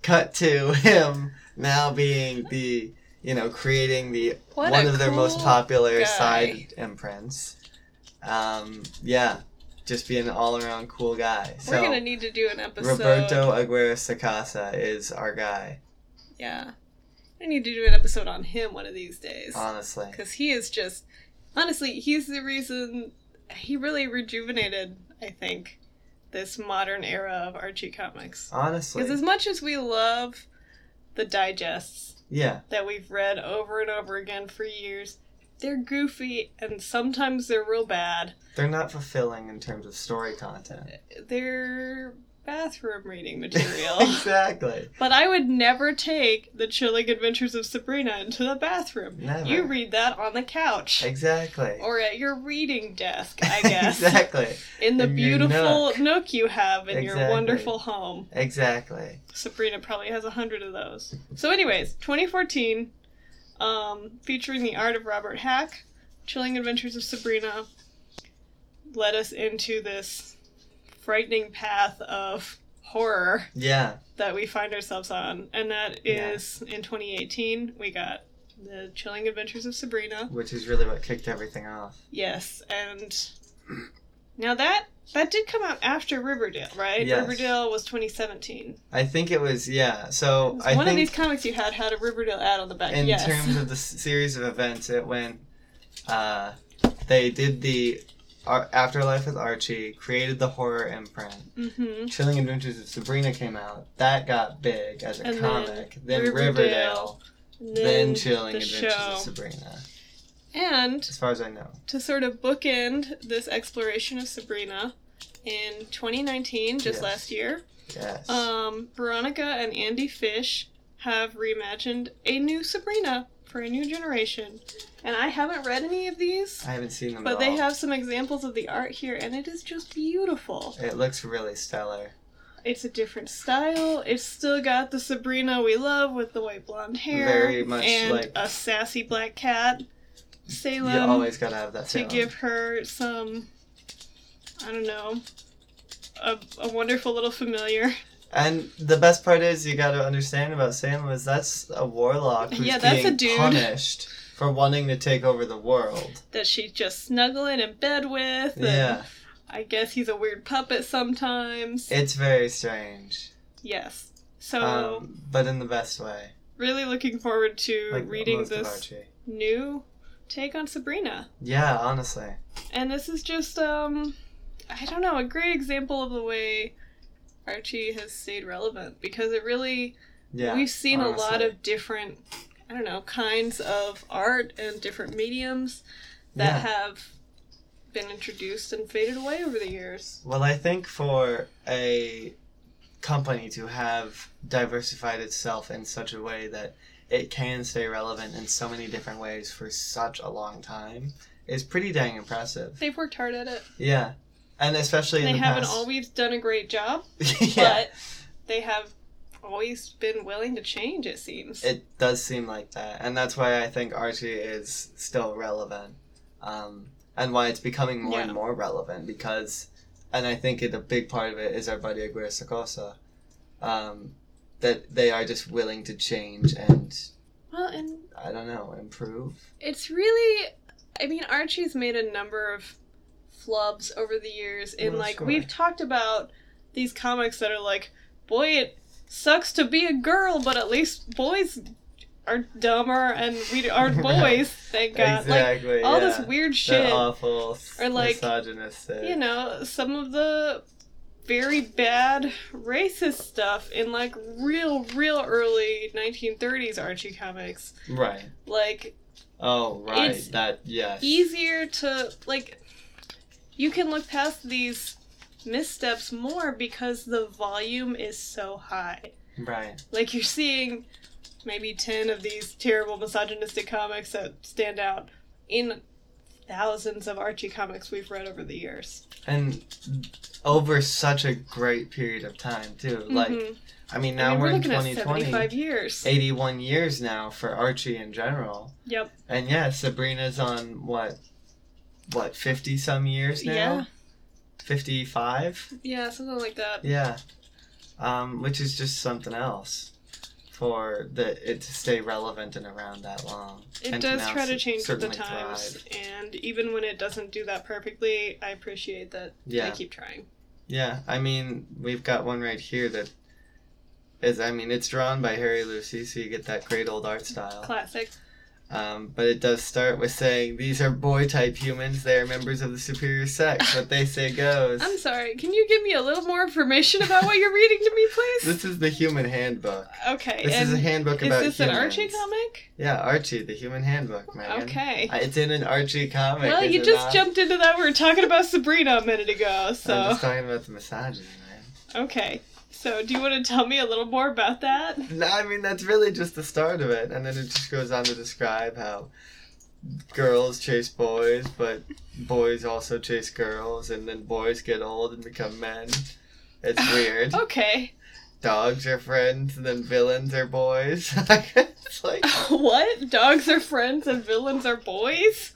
[SPEAKER 1] Cut to him now being the, you know, creating the
[SPEAKER 2] What
[SPEAKER 1] one
[SPEAKER 2] a
[SPEAKER 1] of their most
[SPEAKER 2] cool
[SPEAKER 1] popular
[SPEAKER 2] guy.
[SPEAKER 1] side imprints. Um, yeah, just being an all-around cool guy. So
[SPEAKER 2] We're gonna need to do an episode.
[SPEAKER 1] Roberto Aguirre Sacasa is our guy,
[SPEAKER 2] Yeah. I need to do an episode on him one of these days.
[SPEAKER 1] honestly.
[SPEAKER 2] because he is just honestly he's the reason he really rejuvenated i think this modern era of archie comics
[SPEAKER 1] Honestly,
[SPEAKER 2] because as much as we love the digests
[SPEAKER 1] yeah.
[SPEAKER 2] that we've read over and over again for years they're goofy and sometimes they're real bad
[SPEAKER 1] They're not fulfilling in terms of story
[SPEAKER 2] *laughs*
[SPEAKER 1] content.
[SPEAKER 2] they're bathroom reading material
[SPEAKER 1] *laughs* exactly.
[SPEAKER 2] but i would never take the chilling adventures of sabrina into the bathroom
[SPEAKER 1] Never.
[SPEAKER 2] you read that on the couch
[SPEAKER 1] Exactly. *laughs*
[SPEAKER 2] or at your reading desk i guess
[SPEAKER 1] exactly.
[SPEAKER 2] in the
[SPEAKER 1] In your
[SPEAKER 2] beautiful
[SPEAKER 1] nook.
[SPEAKER 2] nook. you have in your
[SPEAKER 1] Exactly.
[SPEAKER 2] wonderful home.
[SPEAKER 1] Exactly.
[SPEAKER 2] Sabrina probably has a hundred of those. So, anyways, 2014, um, featuring the art of Robert Hack, Chilling Adventures of Sabrina, led us into this frightening path of horror
[SPEAKER 1] Yeah.
[SPEAKER 2] that we find ourselves on, and that
[SPEAKER 1] Yeah.
[SPEAKER 2] is in 2018 we got the Chilling Adventures of Sabrina.
[SPEAKER 1] Which is really what kicked everything off.
[SPEAKER 2] Yes, and now that that did come out after Riverdale, right?
[SPEAKER 1] Yes.
[SPEAKER 2] Riverdale was 2017.
[SPEAKER 1] I think it was yeah. So
[SPEAKER 2] It was
[SPEAKER 1] I
[SPEAKER 2] one
[SPEAKER 1] think
[SPEAKER 2] of these comics you had had a Riverdale ad on the back.
[SPEAKER 1] in
[SPEAKER 2] yes.
[SPEAKER 1] terms of the s- series of events, it went. Uh, they did the Ar- Afterlife with Archie, created the horror imprint.
[SPEAKER 2] *laughs* mm-hmm.
[SPEAKER 1] Chilling Adventures of Sabrina came out. That got big as a
[SPEAKER 2] And then
[SPEAKER 1] comic. Then,
[SPEAKER 2] Riverdale,
[SPEAKER 1] Riverdale.
[SPEAKER 2] and
[SPEAKER 1] Then, Chilling
[SPEAKER 2] the
[SPEAKER 1] Adventures
[SPEAKER 2] show.
[SPEAKER 1] of Sabrina.
[SPEAKER 2] And
[SPEAKER 1] as far as I know.
[SPEAKER 2] to sort of bookend this exploration of Sabrina in 2019, just
[SPEAKER 1] Yes.
[SPEAKER 2] last year,
[SPEAKER 1] Yes.
[SPEAKER 2] um, Veronica and Andy Fish have reimagined a new Sabrina for a new generation. And I haven't read any of these,
[SPEAKER 1] I haven't seen them.
[SPEAKER 2] but
[SPEAKER 1] at
[SPEAKER 2] they
[SPEAKER 1] all.
[SPEAKER 2] have some examples of the art here, and it is just beautiful.
[SPEAKER 1] It looks really stellar.
[SPEAKER 2] It's a different style. It's still got the Sabrina we love with the white blonde hair,
[SPEAKER 1] Very much
[SPEAKER 2] and
[SPEAKER 1] like-
[SPEAKER 2] a sassy black cat, Salem.
[SPEAKER 1] you always gotta have that.
[SPEAKER 2] um, to
[SPEAKER 1] Salem.
[SPEAKER 2] give her some I don't know a, a wonderful little familiar.
[SPEAKER 1] And the best part is you got to understand about Salem is that's a warlock who's
[SPEAKER 2] Yeah, that's a
[SPEAKER 1] being
[SPEAKER 2] dude.
[SPEAKER 1] punished for wanting to take over the
[SPEAKER 2] *laughs*
[SPEAKER 1] world.
[SPEAKER 2] that she's just snuggling in bed with. and
[SPEAKER 1] Yeah,
[SPEAKER 2] I guess he's a weird puppet sometimes.
[SPEAKER 1] it's very strange,
[SPEAKER 2] yes. So
[SPEAKER 1] um, but in the best way.
[SPEAKER 2] really looking forward to
[SPEAKER 1] Like
[SPEAKER 2] reading
[SPEAKER 1] most of
[SPEAKER 2] this
[SPEAKER 1] Archie.
[SPEAKER 2] new take on Sabrina.
[SPEAKER 1] Yeah, honestly,
[SPEAKER 2] And this is just um I don't know, a great example of the way Archie has stayed relevant because it really
[SPEAKER 1] yeah.
[SPEAKER 2] We've seen a lot
[SPEAKER 1] honestly.
[SPEAKER 2] of different, I don't know, kinds of art and different mediums that
[SPEAKER 1] Yeah.
[SPEAKER 2] have been introduced and faded away over the years.
[SPEAKER 1] Well, I think for a company to have diversified itself in such a way that it can stay relevant in so many different ways for such a long time is pretty dang impressive.
[SPEAKER 2] They've worked hard at it.
[SPEAKER 1] Yeah, and especially in
[SPEAKER 2] they
[SPEAKER 1] the
[SPEAKER 2] haven't
[SPEAKER 1] past.
[SPEAKER 2] always done a great job,
[SPEAKER 1] *laughs* yeah,
[SPEAKER 2] but they have always been willing to change, it seems.
[SPEAKER 1] it does seem like that, and that's why I think Archie is still relevant, um, and why it's becoming more
[SPEAKER 2] Yeah.
[SPEAKER 1] and more relevant because, and I think it, a big part of it is our buddy Aguirre Sacosa, um, that they are just willing to change and
[SPEAKER 2] well, and
[SPEAKER 1] I don't know improve.
[SPEAKER 2] it's really i mean archie's made a number of flubs over the years and
[SPEAKER 1] Well,
[SPEAKER 2] like
[SPEAKER 1] sure.
[SPEAKER 2] we've talked about these comics that are like boy it sucks to be a girl but at least boys are dumber and we aren't
[SPEAKER 1] *laughs* Right.
[SPEAKER 2] boys thank god like
[SPEAKER 1] exactly.
[SPEAKER 2] all
[SPEAKER 1] yeah.
[SPEAKER 2] this weird
[SPEAKER 1] The
[SPEAKER 2] shit
[SPEAKER 1] awful
[SPEAKER 2] Or, like,
[SPEAKER 1] misogynistic.
[SPEAKER 2] you know some of the very bad racist stuff in like real real early 1930s archie comics
[SPEAKER 1] Right.
[SPEAKER 2] like
[SPEAKER 1] Oh, right.
[SPEAKER 2] It's
[SPEAKER 1] that yes.
[SPEAKER 2] easier to like you can look past these missteps more because the volume is so high
[SPEAKER 1] Right.
[SPEAKER 2] like you're seeing maybe 10 of these terrible misogynistic comics that stand out in thousands of archie comics we've read over the years
[SPEAKER 1] and over such a great period of time too. Like
[SPEAKER 2] Mhm.
[SPEAKER 1] I mean,
[SPEAKER 2] I
[SPEAKER 1] now
[SPEAKER 2] mean,
[SPEAKER 1] we're, in
[SPEAKER 2] looking at 75
[SPEAKER 1] 2020,
[SPEAKER 2] years
[SPEAKER 1] 81 years now for Archie in general,
[SPEAKER 2] yep
[SPEAKER 1] and yeah, Sabrina's on what, what 50 some years now,
[SPEAKER 2] Yeah.
[SPEAKER 1] 55,
[SPEAKER 2] yeah something like that
[SPEAKER 1] yeah, um, which is just something else. For the it to stay relevant and around that long,
[SPEAKER 2] it
[SPEAKER 1] And
[SPEAKER 2] does
[SPEAKER 1] now
[SPEAKER 2] try to
[SPEAKER 1] cer-
[SPEAKER 2] change with the
[SPEAKER 1] certainly
[SPEAKER 2] times
[SPEAKER 1] thrive.
[SPEAKER 2] and even when it doesn't do that perfectly i appreciate that
[SPEAKER 1] Yeah.
[SPEAKER 2] they keep trying
[SPEAKER 1] Yeah, I mean, we've got one right here that is, I mean, it's drawn by Harry Lucy, so you get that great old art style.
[SPEAKER 2] classic
[SPEAKER 1] Um, but it does start with saying, These are boy type humans, they are members of the superior sex. What they say goes.
[SPEAKER 2] *laughs* I'm sorry. Can you give me a little more information about what you're reading to me, please?
[SPEAKER 1] This is the human handbook.
[SPEAKER 2] Okay.
[SPEAKER 1] This
[SPEAKER 2] and
[SPEAKER 1] is a handbook
[SPEAKER 2] is
[SPEAKER 1] about
[SPEAKER 2] this an Archie
[SPEAKER 1] humans.
[SPEAKER 2] comic?
[SPEAKER 1] Yeah, Archie, the human handbook, man.
[SPEAKER 2] Okay.
[SPEAKER 1] It's in an Archie comic.
[SPEAKER 2] well,
[SPEAKER 1] is
[SPEAKER 2] you
[SPEAKER 1] it
[SPEAKER 2] just
[SPEAKER 1] not?
[SPEAKER 2] jumped into that. We were talking about Sabrina a minute ago,
[SPEAKER 1] I'm
[SPEAKER 2] so
[SPEAKER 1] just talking about the misogyny, man.
[SPEAKER 2] okay. So, do you want to tell me a little more about that?
[SPEAKER 1] No, I mean that's really just the start of it, and then it just goes on to describe how girls chase boys, but boys also chase girls, and then boys get old and become men. It's
[SPEAKER 2] *sighs* Oh,
[SPEAKER 1] weird.
[SPEAKER 2] Okay. *laughs*
[SPEAKER 1] Dogs are friends, and then villains are boys. *laughs* it's like
[SPEAKER 2] what? Dogs are friends and villains are boys?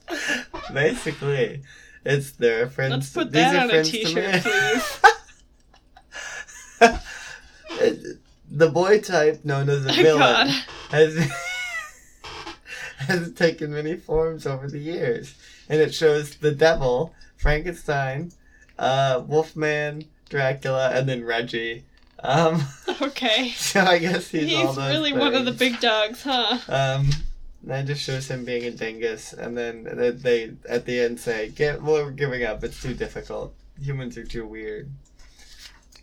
[SPEAKER 1] basically, it's their friends.
[SPEAKER 2] Let's put
[SPEAKER 1] these
[SPEAKER 2] that
[SPEAKER 1] are
[SPEAKER 2] on a
[SPEAKER 1] friends
[SPEAKER 2] t-shirt,
[SPEAKER 1] *laughs* please. the boy type known as a
[SPEAKER 2] *laughs* My
[SPEAKER 1] villain.
[SPEAKER 2] God.
[SPEAKER 1] has *laughs* has taken many forms over the years, and it shows the devil, Frankenstein, uh, Wolfman, Dracula, and then Reggie. Um, *laughs*
[SPEAKER 2] Okay.
[SPEAKER 1] so I guess he's,
[SPEAKER 2] He's,
[SPEAKER 1] all those
[SPEAKER 2] really one of the
[SPEAKER 1] things.
[SPEAKER 2] big dogs, huh?
[SPEAKER 1] Um, that just shows him being a dingus, and then they, they at the end say, "Get, well, we're giving up. It's too difficult. Humans are too weird."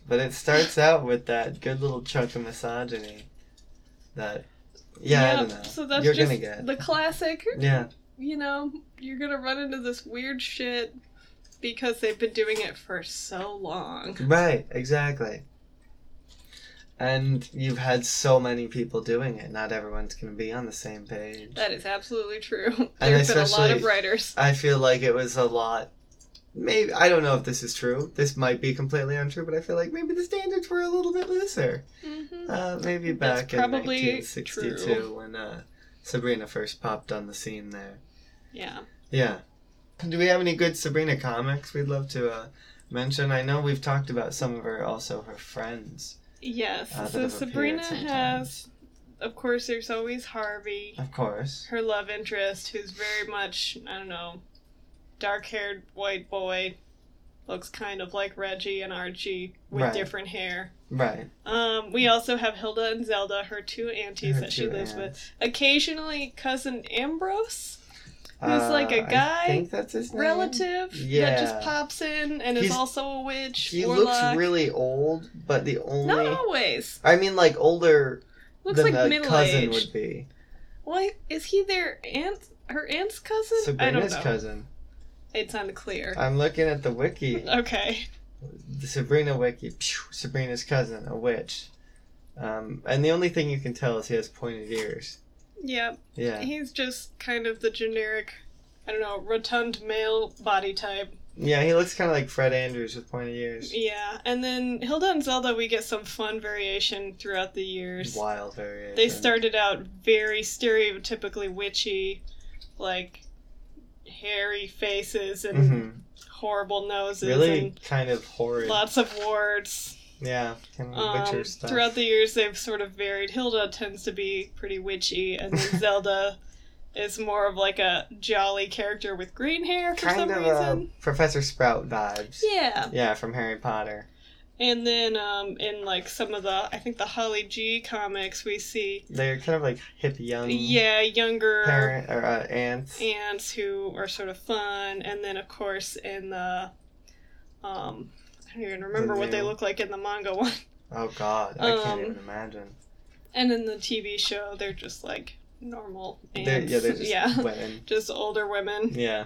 [SPEAKER 1] But it starts out with that good little chunk of misogyny. That, yeah, I don't know.
[SPEAKER 2] So that's
[SPEAKER 1] You're
[SPEAKER 2] just
[SPEAKER 1] gonna get
[SPEAKER 2] the classic
[SPEAKER 1] yeah.
[SPEAKER 2] you know, you're gonna run into this weird shit because they've been doing it for so long.
[SPEAKER 1] Right, exactly. And you've had so many people doing it. Not everyone's going to be on the same page.
[SPEAKER 2] That is absolutely true. *laughs* There have been a lot
[SPEAKER 1] especially-
[SPEAKER 2] of writers.
[SPEAKER 1] I feel like it was a lot. Maybe I don't know if this is true. This might be completely untrue, but I feel like maybe the standards were a little bit looser.
[SPEAKER 2] hmm
[SPEAKER 1] Uh, maybe
[SPEAKER 2] That's
[SPEAKER 1] back
[SPEAKER 2] probably
[SPEAKER 1] in 1962
[SPEAKER 2] true.
[SPEAKER 1] when uh, Sabrina first popped on the scene there.
[SPEAKER 2] Yeah.
[SPEAKER 1] Yeah. Do we have any good Sabrina comics we'd love to uh, mention? I know we've talked about some of her, also her friends,
[SPEAKER 2] Yes.
[SPEAKER 1] Uh, that have
[SPEAKER 2] so
[SPEAKER 1] appeared
[SPEAKER 2] Sabrina
[SPEAKER 1] sometimes.
[SPEAKER 2] has, of course, there's always Harvey,
[SPEAKER 1] of course.
[SPEAKER 2] her love interest, who's very much, I don't know, dark haired white boy. Looks kind of like Reggie and Archie with
[SPEAKER 1] Right.
[SPEAKER 2] different hair.
[SPEAKER 1] Right.
[SPEAKER 2] Um, we also have Hilda and Zelda, her two aunties
[SPEAKER 1] Her
[SPEAKER 2] that she
[SPEAKER 1] two
[SPEAKER 2] lives with.
[SPEAKER 1] aunts.
[SPEAKER 2] Occasionally, cousin Ambrose, Who's like a
[SPEAKER 1] Uh,
[SPEAKER 2] guy,
[SPEAKER 1] I think that's his name.
[SPEAKER 2] relative, that
[SPEAKER 1] Yeah.
[SPEAKER 2] just pops in and is
[SPEAKER 1] He's-
[SPEAKER 2] also a witch.
[SPEAKER 1] He
[SPEAKER 2] warlock.
[SPEAKER 1] looks really old, but the only
[SPEAKER 2] Not always.
[SPEAKER 1] I mean, like older
[SPEAKER 2] Looks
[SPEAKER 1] than
[SPEAKER 2] like
[SPEAKER 1] the
[SPEAKER 2] middle
[SPEAKER 1] cousin
[SPEAKER 2] aged.
[SPEAKER 1] would be.
[SPEAKER 2] Why is he their aunt? Her aunt's cousin? I don't
[SPEAKER 1] Sabrina's
[SPEAKER 2] know.
[SPEAKER 1] cousin.
[SPEAKER 2] It's unclear.
[SPEAKER 1] I'm looking at the wiki.
[SPEAKER 2] Okay.
[SPEAKER 1] the Sabrina wiki. Phew, Sabrina's cousin, a witch. Um, and the only thing you can tell is he has pointed ears.
[SPEAKER 2] Yeah,
[SPEAKER 1] Yeah.
[SPEAKER 2] he's just kind of the generic, I don't know, rotund male body type.
[SPEAKER 1] Yeah, he looks kind of like Fred Andrews with pointed ears.
[SPEAKER 2] Yeah, and then Hilda and Zelda, we get some fun variation throughout the years.
[SPEAKER 1] Wild variation.
[SPEAKER 2] They started out very stereotypically witchy, like hairy faces and
[SPEAKER 1] hmm
[SPEAKER 2] horrible noses
[SPEAKER 1] Really kind of
[SPEAKER 2] and
[SPEAKER 1] horrid.
[SPEAKER 2] lots of warts.
[SPEAKER 1] Yeah, kind of
[SPEAKER 2] Um,
[SPEAKER 1] witcher stuff.
[SPEAKER 2] throughout the years, they've sort of varied. Hilda tends to be pretty witchy, and
[SPEAKER 1] *laughs*
[SPEAKER 2] then Zelda is more of like a jolly character with green hair for
[SPEAKER 1] kind
[SPEAKER 2] some
[SPEAKER 1] of
[SPEAKER 2] reason.
[SPEAKER 1] uh, Professor Sprout vibes.
[SPEAKER 2] Yeah.
[SPEAKER 1] Yeah, from Harry Potter.
[SPEAKER 2] And then um, in like some of the, I think the Holly G comics, we see
[SPEAKER 1] They're kind of like hip young
[SPEAKER 2] yeah younger
[SPEAKER 1] parent or uh, aunts.
[SPEAKER 2] ants who are sort of fun, and then of course in the um, I don't even remember what they
[SPEAKER 1] new-
[SPEAKER 2] look like in the manga one, *laughs*
[SPEAKER 1] Oh God, I can't
[SPEAKER 2] Um,
[SPEAKER 1] even imagine.
[SPEAKER 2] and in the TV show they're just like normal
[SPEAKER 1] They're,
[SPEAKER 2] ants,
[SPEAKER 1] yeah, they're just
[SPEAKER 2] *laughs* yeah,
[SPEAKER 1] women.
[SPEAKER 2] just older women,
[SPEAKER 1] Yeah,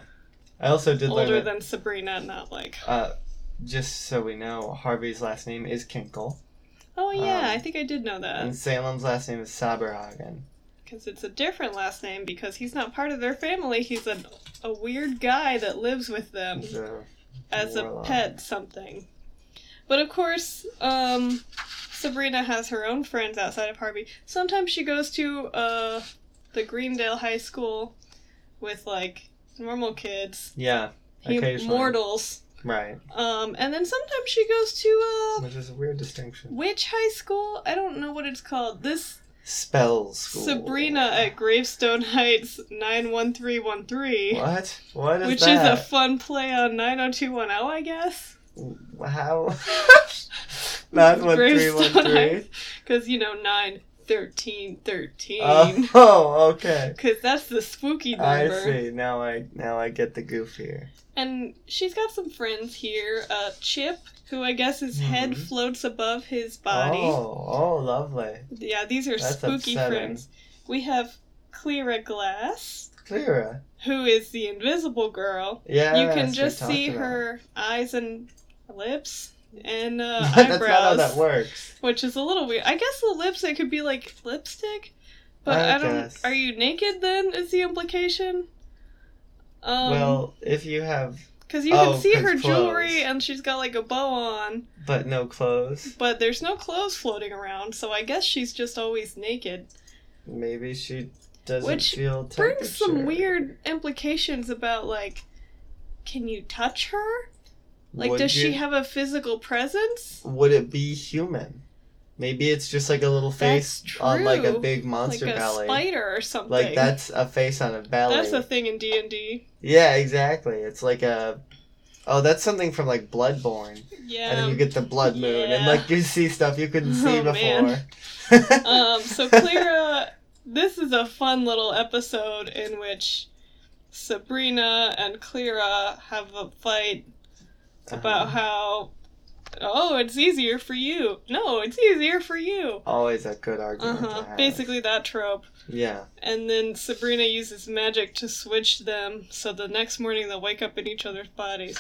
[SPEAKER 1] I also did learn
[SPEAKER 2] older
[SPEAKER 1] that.
[SPEAKER 2] than Sabrina, not like
[SPEAKER 1] uh, just so we know, Harvey's last name is Kinkle,
[SPEAKER 2] oh yeah,
[SPEAKER 1] Um,
[SPEAKER 2] I think I did know that
[SPEAKER 1] and Salem's last name is Saberhagen.
[SPEAKER 2] because it's a different last name because he's not part of their family. He's a a weird guy that lives with them.
[SPEAKER 1] So,
[SPEAKER 2] as a
[SPEAKER 1] Warlock.
[SPEAKER 2] pet something. But of course, um, Sabrina has her own friends outside of Harvey. Sometimes she goes to uh, the Greendale High School with like normal kids,
[SPEAKER 1] yeah,
[SPEAKER 2] hu-
[SPEAKER 1] occasionally.
[SPEAKER 2] mortals.
[SPEAKER 1] Right,
[SPEAKER 2] Um, and then sometimes she goes to uh,
[SPEAKER 1] which is a weird distinction.
[SPEAKER 2] Witch High School. I don't know what it's called. This
[SPEAKER 1] Spell school.
[SPEAKER 2] Sabrina at Gravestone Heights nine one three one three,
[SPEAKER 1] What? What is
[SPEAKER 2] which is a
[SPEAKER 1] that?
[SPEAKER 2] *laughs* fun play on nine zero two one zero, I guess.
[SPEAKER 1] How? Not one three one
[SPEAKER 2] Gravestone
[SPEAKER 1] three.
[SPEAKER 2] Because, you know, 9, 13, 13. *laughs*
[SPEAKER 1] Oh, oh, *laughs* okay.
[SPEAKER 2] Because that's the spooky
[SPEAKER 1] I
[SPEAKER 2] number.
[SPEAKER 1] see. Now I now I get the goof here.
[SPEAKER 2] And she's got some friends here. Uh, Chip, who I guess his
[SPEAKER 1] Mhm.
[SPEAKER 2] head floats above his body.
[SPEAKER 1] Oh, oh, lovely.
[SPEAKER 2] Yeah, these are
[SPEAKER 1] That's
[SPEAKER 2] spooky
[SPEAKER 1] upsetting.
[SPEAKER 2] friends. We have Clara Glass,
[SPEAKER 1] Clara.
[SPEAKER 2] who is the invisible girl.
[SPEAKER 1] Yeah.
[SPEAKER 2] you can just
[SPEAKER 1] *laughs*
[SPEAKER 2] see her eyes and lips and uh,
[SPEAKER 1] That's
[SPEAKER 2] eyebrows.
[SPEAKER 1] not how that works.
[SPEAKER 2] which is a little weird. I guess the lips it could be like lipstick, but I,
[SPEAKER 1] I
[SPEAKER 2] don't.
[SPEAKER 1] guess.
[SPEAKER 2] Are you naked then? Is the implication? Um,
[SPEAKER 1] well, if you have
[SPEAKER 2] because you
[SPEAKER 1] oh,
[SPEAKER 2] can see
[SPEAKER 1] 'cause
[SPEAKER 2] her jewelry
[SPEAKER 1] clothes.
[SPEAKER 2] and she's got like a bow on,
[SPEAKER 1] but no clothes,
[SPEAKER 2] but there's no clothes floating around, so I guess she's just always naked.
[SPEAKER 1] maybe she doesn't
[SPEAKER 2] Which
[SPEAKER 1] feel temperature.
[SPEAKER 2] Brings some weird implications about like, can you touch her? Like,
[SPEAKER 1] Would
[SPEAKER 2] does she
[SPEAKER 1] you-
[SPEAKER 2] have a physical presence?
[SPEAKER 1] Would it be human? Maybe it's just like a little face
[SPEAKER 2] That's
[SPEAKER 1] on like a
[SPEAKER 2] true.
[SPEAKER 1] big
[SPEAKER 2] Like
[SPEAKER 1] monster
[SPEAKER 2] a
[SPEAKER 1] belly.
[SPEAKER 2] spider or something.
[SPEAKER 1] Like that's a face on a belly.
[SPEAKER 2] That's a thing in D and D.
[SPEAKER 1] Yeah, exactly. It's like a. Oh, that's something from like Bloodborne,
[SPEAKER 2] Yeah.
[SPEAKER 1] and then you get the blood moon, and
[SPEAKER 2] Um, yeah.
[SPEAKER 1] like you see stuff you couldn't see
[SPEAKER 2] Oh, man.
[SPEAKER 1] before. *laughs*
[SPEAKER 2] um, so Clara, this is a fun little episode in which Sabrina and Clara have a fight about
[SPEAKER 1] Uh-huh.
[SPEAKER 2] how oh, it's easier for you. No, it's easier for you.
[SPEAKER 1] Always a good
[SPEAKER 2] Uh
[SPEAKER 1] argument. to
[SPEAKER 2] huh.
[SPEAKER 1] have.
[SPEAKER 2] Basically that trope.
[SPEAKER 1] Yeah. *laughs*
[SPEAKER 2] And then Sabrina uses magic to switch them so the next morning they'll wake up in each other's bodies.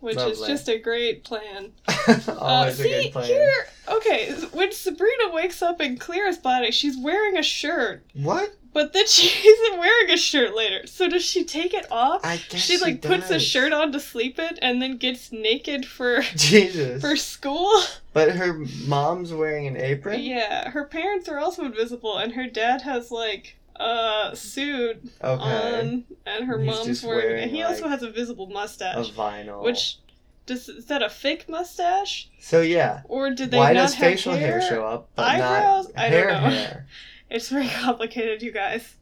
[SPEAKER 2] Which is
[SPEAKER 1] Lovely.
[SPEAKER 2] just a great plan. Uh,
[SPEAKER 1] Always
[SPEAKER 2] see,
[SPEAKER 1] a good plan.
[SPEAKER 2] here, okay, when Sabrina wakes up in Claire's body, she's wearing a shirt.
[SPEAKER 1] What?
[SPEAKER 2] But then she *laughs* isn't wearing a shirt later. So does she take it off?
[SPEAKER 1] I guess
[SPEAKER 2] she like puts a
[SPEAKER 1] does.
[SPEAKER 2] shirt on to sleep in and then gets naked for
[SPEAKER 1] *laughs* Jesus.
[SPEAKER 2] for school.
[SPEAKER 1] But her mom's wearing an apron.
[SPEAKER 2] Yeah, her parents are also invisible and her dad has like a suit
[SPEAKER 1] Okay.
[SPEAKER 2] on and her
[SPEAKER 1] He's
[SPEAKER 2] mom's
[SPEAKER 1] just
[SPEAKER 2] wearing,
[SPEAKER 1] wearing,
[SPEAKER 2] and he also
[SPEAKER 1] like,
[SPEAKER 2] has a visible
[SPEAKER 1] A
[SPEAKER 2] mustache.
[SPEAKER 1] vinyl.
[SPEAKER 2] Which does is that a fake mustache
[SPEAKER 1] So yeah.
[SPEAKER 2] or did they
[SPEAKER 1] Why
[SPEAKER 2] not
[SPEAKER 1] does
[SPEAKER 2] have
[SPEAKER 1] facial hair? show up, but
[SPEAKER 2] Eyebrows?
[SPEAKER 1] not
[SPEAKER 2] I don't
[SPEAKER 1] hair
[SPEAKER 2] know.
[SPEAKER 1] hair?
[SPEAKER 2] It's very *laughs* complicated, you guys.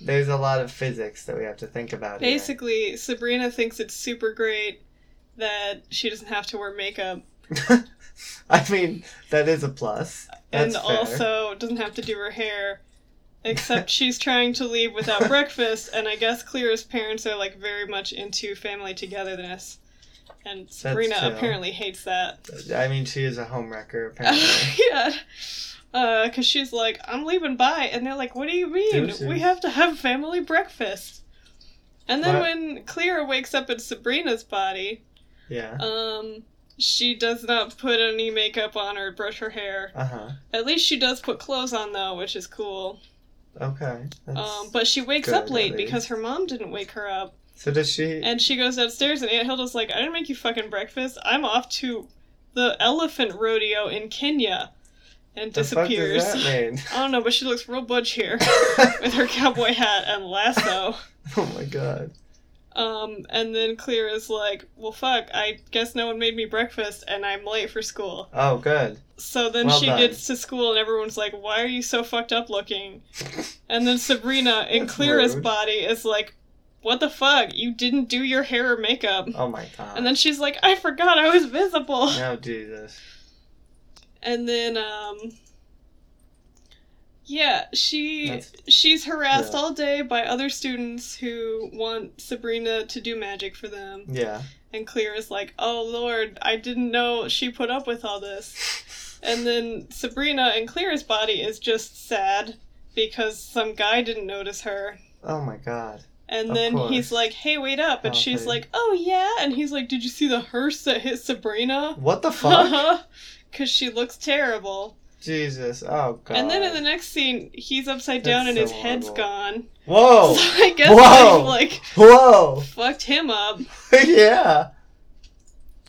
[SPEAKER 1] There's a lot of physics that we have to think about. here.
[SPEAKER 2] Basically, Sabrina thinks it's super great that she doesn't have to wear makeup
[SPEAKER 1] *laughs* I mean, that is a plus.
[SPEAKER 2] and
[SPEAKER 1] That's fair.
[SPEAKER 2] also doesn't have to do her hair. Except *laughs* she's trying to leave without breakfast, and I guess Clara's parents are like very much into family togetherness. And Sabrina
[SPEAKER 1] chill.
[SPEAKER 2] apparently hates that.
[SPEAKER 1] I mean, she is a homewrecker,
[SPEAKER 2] *laughs*
[SPEAKER 1] apparently.
[SPEAKER 2] yeah. Because she's like, I'm leaving by. And they're like, What do you mean?
[SPEAKER 1] Deuces.
[SPEAKER 2] We have to have family breakfast. And then
[SPEAKER 1] What?
[SPEAKER 2] when Clara wakes up in Sabrina's body,
[SPEAKER 1] yeah.
[SPEAKER 2] um, she does not put any makeup on or brush her hair.
[SPEAKER 1] Uh huh.
[SPEAKER 2] At least she does put clothes on though, which is cool.
[SPEAKER 1] Okay. That's...
[SPEAKER 2] Um, but she wakes
[SPEAKER 1] good,
[SPEAKER 2] up
[SPEAKER 1] at
[SPEAKER 2] late
[SPEAKER 1] least.
[SPEAKER 2] because her mom didn't wake her up,
[SPEAKER 1] so does she?
[SPEAKER 2] and she goes downstairs, and Aunt Hilda's like, "I didn't make you fucking breakfast. I'm off to the elephant rodeo in Kenya," and
[SPEAKER 1] the fuck
[SPEAKER 2] disappears.
[SPEAKER 1] does that mean?
[SPEAKER 2] I don't know, but she looks real butch here *laughs* with her cowboy hat and lasso.
[SPEAKER 1] *laughs* oh my god.
[SPEAKER 2] Um, and then Clear is like, "Well, fuck. I guess no one made me breakfast, and I'm late for school."
[SPEAKER 1] Oh, good.
[SPEAKER 2] So then
[SPEAKER 1] Well
[SPEAKER 2] she
[SPEAKER 1] done.
[SPEAKER 2] gets to school and everyone's like, "Why are you so fucked up looking?" And
[SPEAKER 1] *laughs*
[SPEAKER 2] then Sabrina in
[SPEAKER 1] That's
[SPEAKER 2] Clara's
[SPEAKER 1] rude.
[SPEAKER 2] body is like, "What the fuck? You didn't do your hair or makeup."
[SPEAKER 1] Oh my god.
[SPEAKER 2] And then she's like, "I forgot I was visible."
[SPEAKER 1] Oh Jesus.
[SPEAKER 2] And then um yeah, she
[SPEAKER 1] That's-
[SPEAKER 2] she's harassed
[SPEAKER 1] yeah.
[SPEAKER 2] all day by other students who want Sabrina to do magic for them.
[SPEAKER 1] Yeah.
[SPEAKER 2] And Clara's like, "Oh lord, I didn't know she put up with all this." And then Sabrina and Clara's body is just sad because some guy didn't notice her.
[SPEAKER 1] Oh my god.
[SPEAKER 2] And
[SPEAKER 1] Of
[SPEAKER 2] then he's
[SPEAKER 1] course.
[SPEAKER 2] like, hey, wait up. And
[SPEAKER 1] Oh,
[SPEAKER 2] she's
[SPEAKER 1] please.
[SPEAKER 2] like, oh, yeah. And he's like, did you see the hearse that hit Sabrina?
[SPEAKER 1] What
[SPEAKER 2] *laughs*
[SPEAKER 1] the fuck?
[SPEAKER 2] Because she looks terrible.
[SPEAKER 1] Jesus. Oh god.
[SPEAKER 2] And then in the next scene, he's upside down
[SPEAKER 1] That's
[SPEAKER 2] and
[SPEAKER 1] so
[SPEAKER 2] his head's
[SPEAKER 1] horrible.
[SPEAKER 2] gone. *laughs*
[SPEAKER 1] Whoa.
[SPEAKER 2] So I guess
[SPEAKER 1] Whoa.
[SPEAKER 2] they, like,
[SPEAKER 1] Whoa. *laughs*
[SPEAKER 2] fucked him up.
[SPEAKER 1] yeah.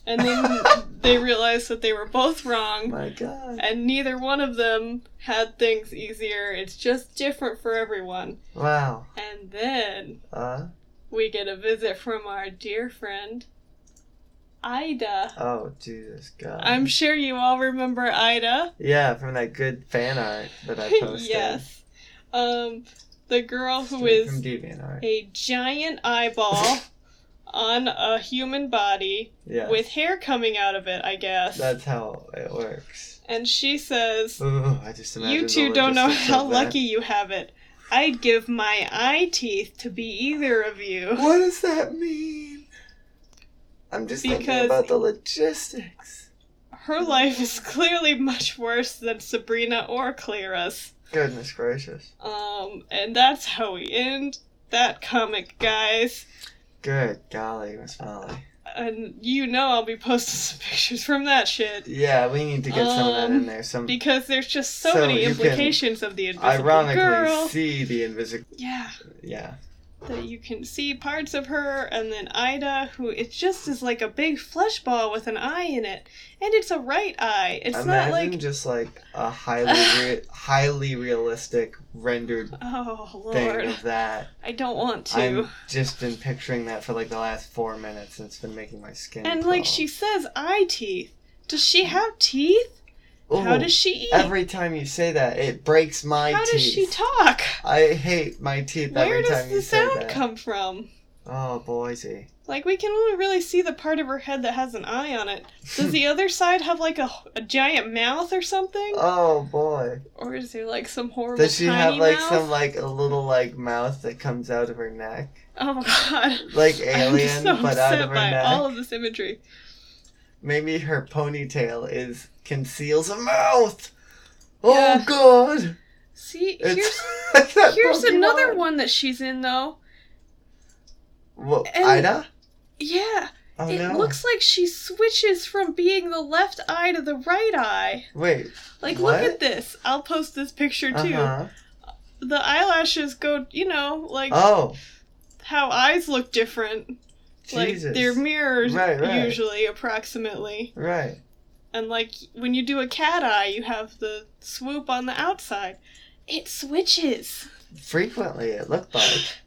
[SPEAKER 2] And then
[SPEAKER 1] *laughs*
[SPEAKER 2] they realized that they were both wrong.
[SPEAKER 1] My god.
[SPEAKER 2] and neither one of them had things easier. It's just different for everyone.
[SPEAKER 1] Wow.
[SPEAKER 2] And then
[SPEAKER 1] Uh.
[SPEAKER 2] we get a visit from our dear friend, Ida.
[SPEAKER 1] Oh Jesus God.
[SPEAKER 2] I'm sure you all remember Ida.
[SPEAKER 1] Yeah, from that good fan art that
[SPEAKER 2] *laughs*
[SPEAKER 1] I posted.
[SPEAKER 2] yes. Um, the girl who
[SPEAKER 1] Straight from
[SPEAKER 2] is
[SPEAKER 1] DeviantArt.
[SPEAKER 2] a giant eyeball on a human body
[SPEAKER 1] Yeah.
[SPEAKER 2] with hair coming out of it, I guess.
[SPEAKER 1] That's how it works.
[SPEAKER 2] and she says,
[SPEAKER 1] Ooh, I just imagine.
[SPEAKER 2] You two don't know how lucky you have it. I'd give my eye teeth to be either of you.
[SPEAKER 1] What does that mean? I'm just
[SPEAKER 2] Because-
[SPEAKER 1] thinking about the logistics.
[SPEAKER 2] Her life is clearly much worse than Sabrina or Clara's.
[SPEAKER 1] Goodness gracious.
[SPEAKER 2] Um, and that's how we end that comic, guys.
[SPEAKER 1] Good golly, Miss Molly.
[SPEAKER 2] And you know I'll be posting some *laughs* pictures from that shit.
[SPEAKER 1] Yeah, we need to get some of that
[SPEAKER 2] Um,
[SPEAKER 1] in there. Some
[SPEAKER 2] Because there's just so,
[SPEAKER 1] So
[SPEAKER 2] many
[SPEAKER 1] you can
[SPEAKER 2] implications of the invisible
[SPEAKER 1] ironically
[SPEAKER 2] girl.
[SPEAKER 1] see the invisible.
[SPEAKER 2] Yeah.
[SPEAKER 1] Yeah.
[SPEAKER 2] that you can see parts of her, and then Ida, who it just is like a big flesh ball with an eye in it, and it's a right eye. It's
[SPEAKER 1] Imagine
[SPEAKER 2] not like
[SPEAKER 1] just like a highly,
[SPEAKER 2] *sighs*
[SPEAKER 1] re- highly realistic rendered
[SPEAKER 2] oh
[SPEAKER 1] thing
[SPEAKER 2] lord,
[SPEAKER 1] of that.
[SPEAKER 2] I don't want to.
[SPEAKER 1] I've just been picturing that for like the last four minutes. and It's been making my skin.
[SPEAKER 2] and like she says, eye teeth. Does she have teeth? How does she eat?
[SPEAKER 1] Every time you say that, it breaks my
[SPEAKER 2] How
[SPEAKER 1] teeth.
[SPEAKER 2] does she talk?
[SPEAKER 1] I hate my teeth
[SPEAKER 2] Where
[SPEAKER 1] every
[SPEAKER 2] does
[SPEAKER 1] time
[SPEAKER 2] the
[SPEAKER 1] you say
[SPEAKER 2] sound
[SPEAKER 1] that.
[SPEAKER 2] come from?
[SPEAKER 1] oh, Boise.
[SPEAKER 2] Like we can only really see the part of her head that has an eye on it. Does
[SPEAKER 1] *laughs*
[SPEAKER 2] the other side have like a, a giant mouth or something?
[SPEAKER 1] Oh boy.
[SPEAKER 2] or is there like some horrible
[SPEAKER 1] Does she
[SPEAKER 2] tiny
[SPEAKER 1] have like
[SPEAKER 2] mouth?
[SPEAKER 1] some like a little like mouth that comes out of her neck,
[SPEAKER 2] Oh my god.
[SPEAKER 1] like
[SPEAKER 2] *laughs* I'm
[SPEAKER 1] alien,
[SPEAKER 2] just so
[SPEAKER 1] but
[SPEAKER 2] upset
[SPEAKER 1] out of her
[SPEAKER 2] by
[SPEAKER 1] neck?
[SPEAKER 2] all of this imagery.
[SPEAKER 1] Maybe her ponytail is conceals a mouth. Oh
[SPEAKER 2] Yeah.
[SPEAKER 1] god.
[SPEAKER 2] See,
[SPEAKER 1] It's,
[SPEAKER 2] here's
[SPEAKER 1] it's *laughs* that
[SPEAKER 2] here's
[SPEAKER 1] Pokemon.
[SPEAKER 2] another one that she's in though.
[SPEAKER 1] Wha-
[SPEAKER 2] and-
[SPEAKER 1] Ida?
[SPEAKER 2] Yeah,
[SPEAKER 1] Oh
[SPEAKER 2] it
[SPEAKER 1] no.
[SPEAKER 2] looks like she switches from being the left eye to the right eye.
[SPEAKER 1] Wait.
[SPEAKER 2] Like,
[SPEAKER 1] What?
[SPEAKER 2] look at this. I'll post this picture too.
[SPEAKER 1] Uh-huh.
[SPEAKER 2] The eyelashes go, you know, like
[SPEAKER 1] Oh,
[SPEAKER 2] how eyes look different.
[SPEAKER 1] Jesus.
[SPEAKER 2] Like they're mirrors
[SPEAKER 1] Right, right.
[SPEAKER 2] usually, approximately.
[SPEAKER 1] right.
[SPEAKER 2] And like when you do a cat eye, you have the swoop on the outside. It switches.
[SPEAKER 1] Frequently it looked like.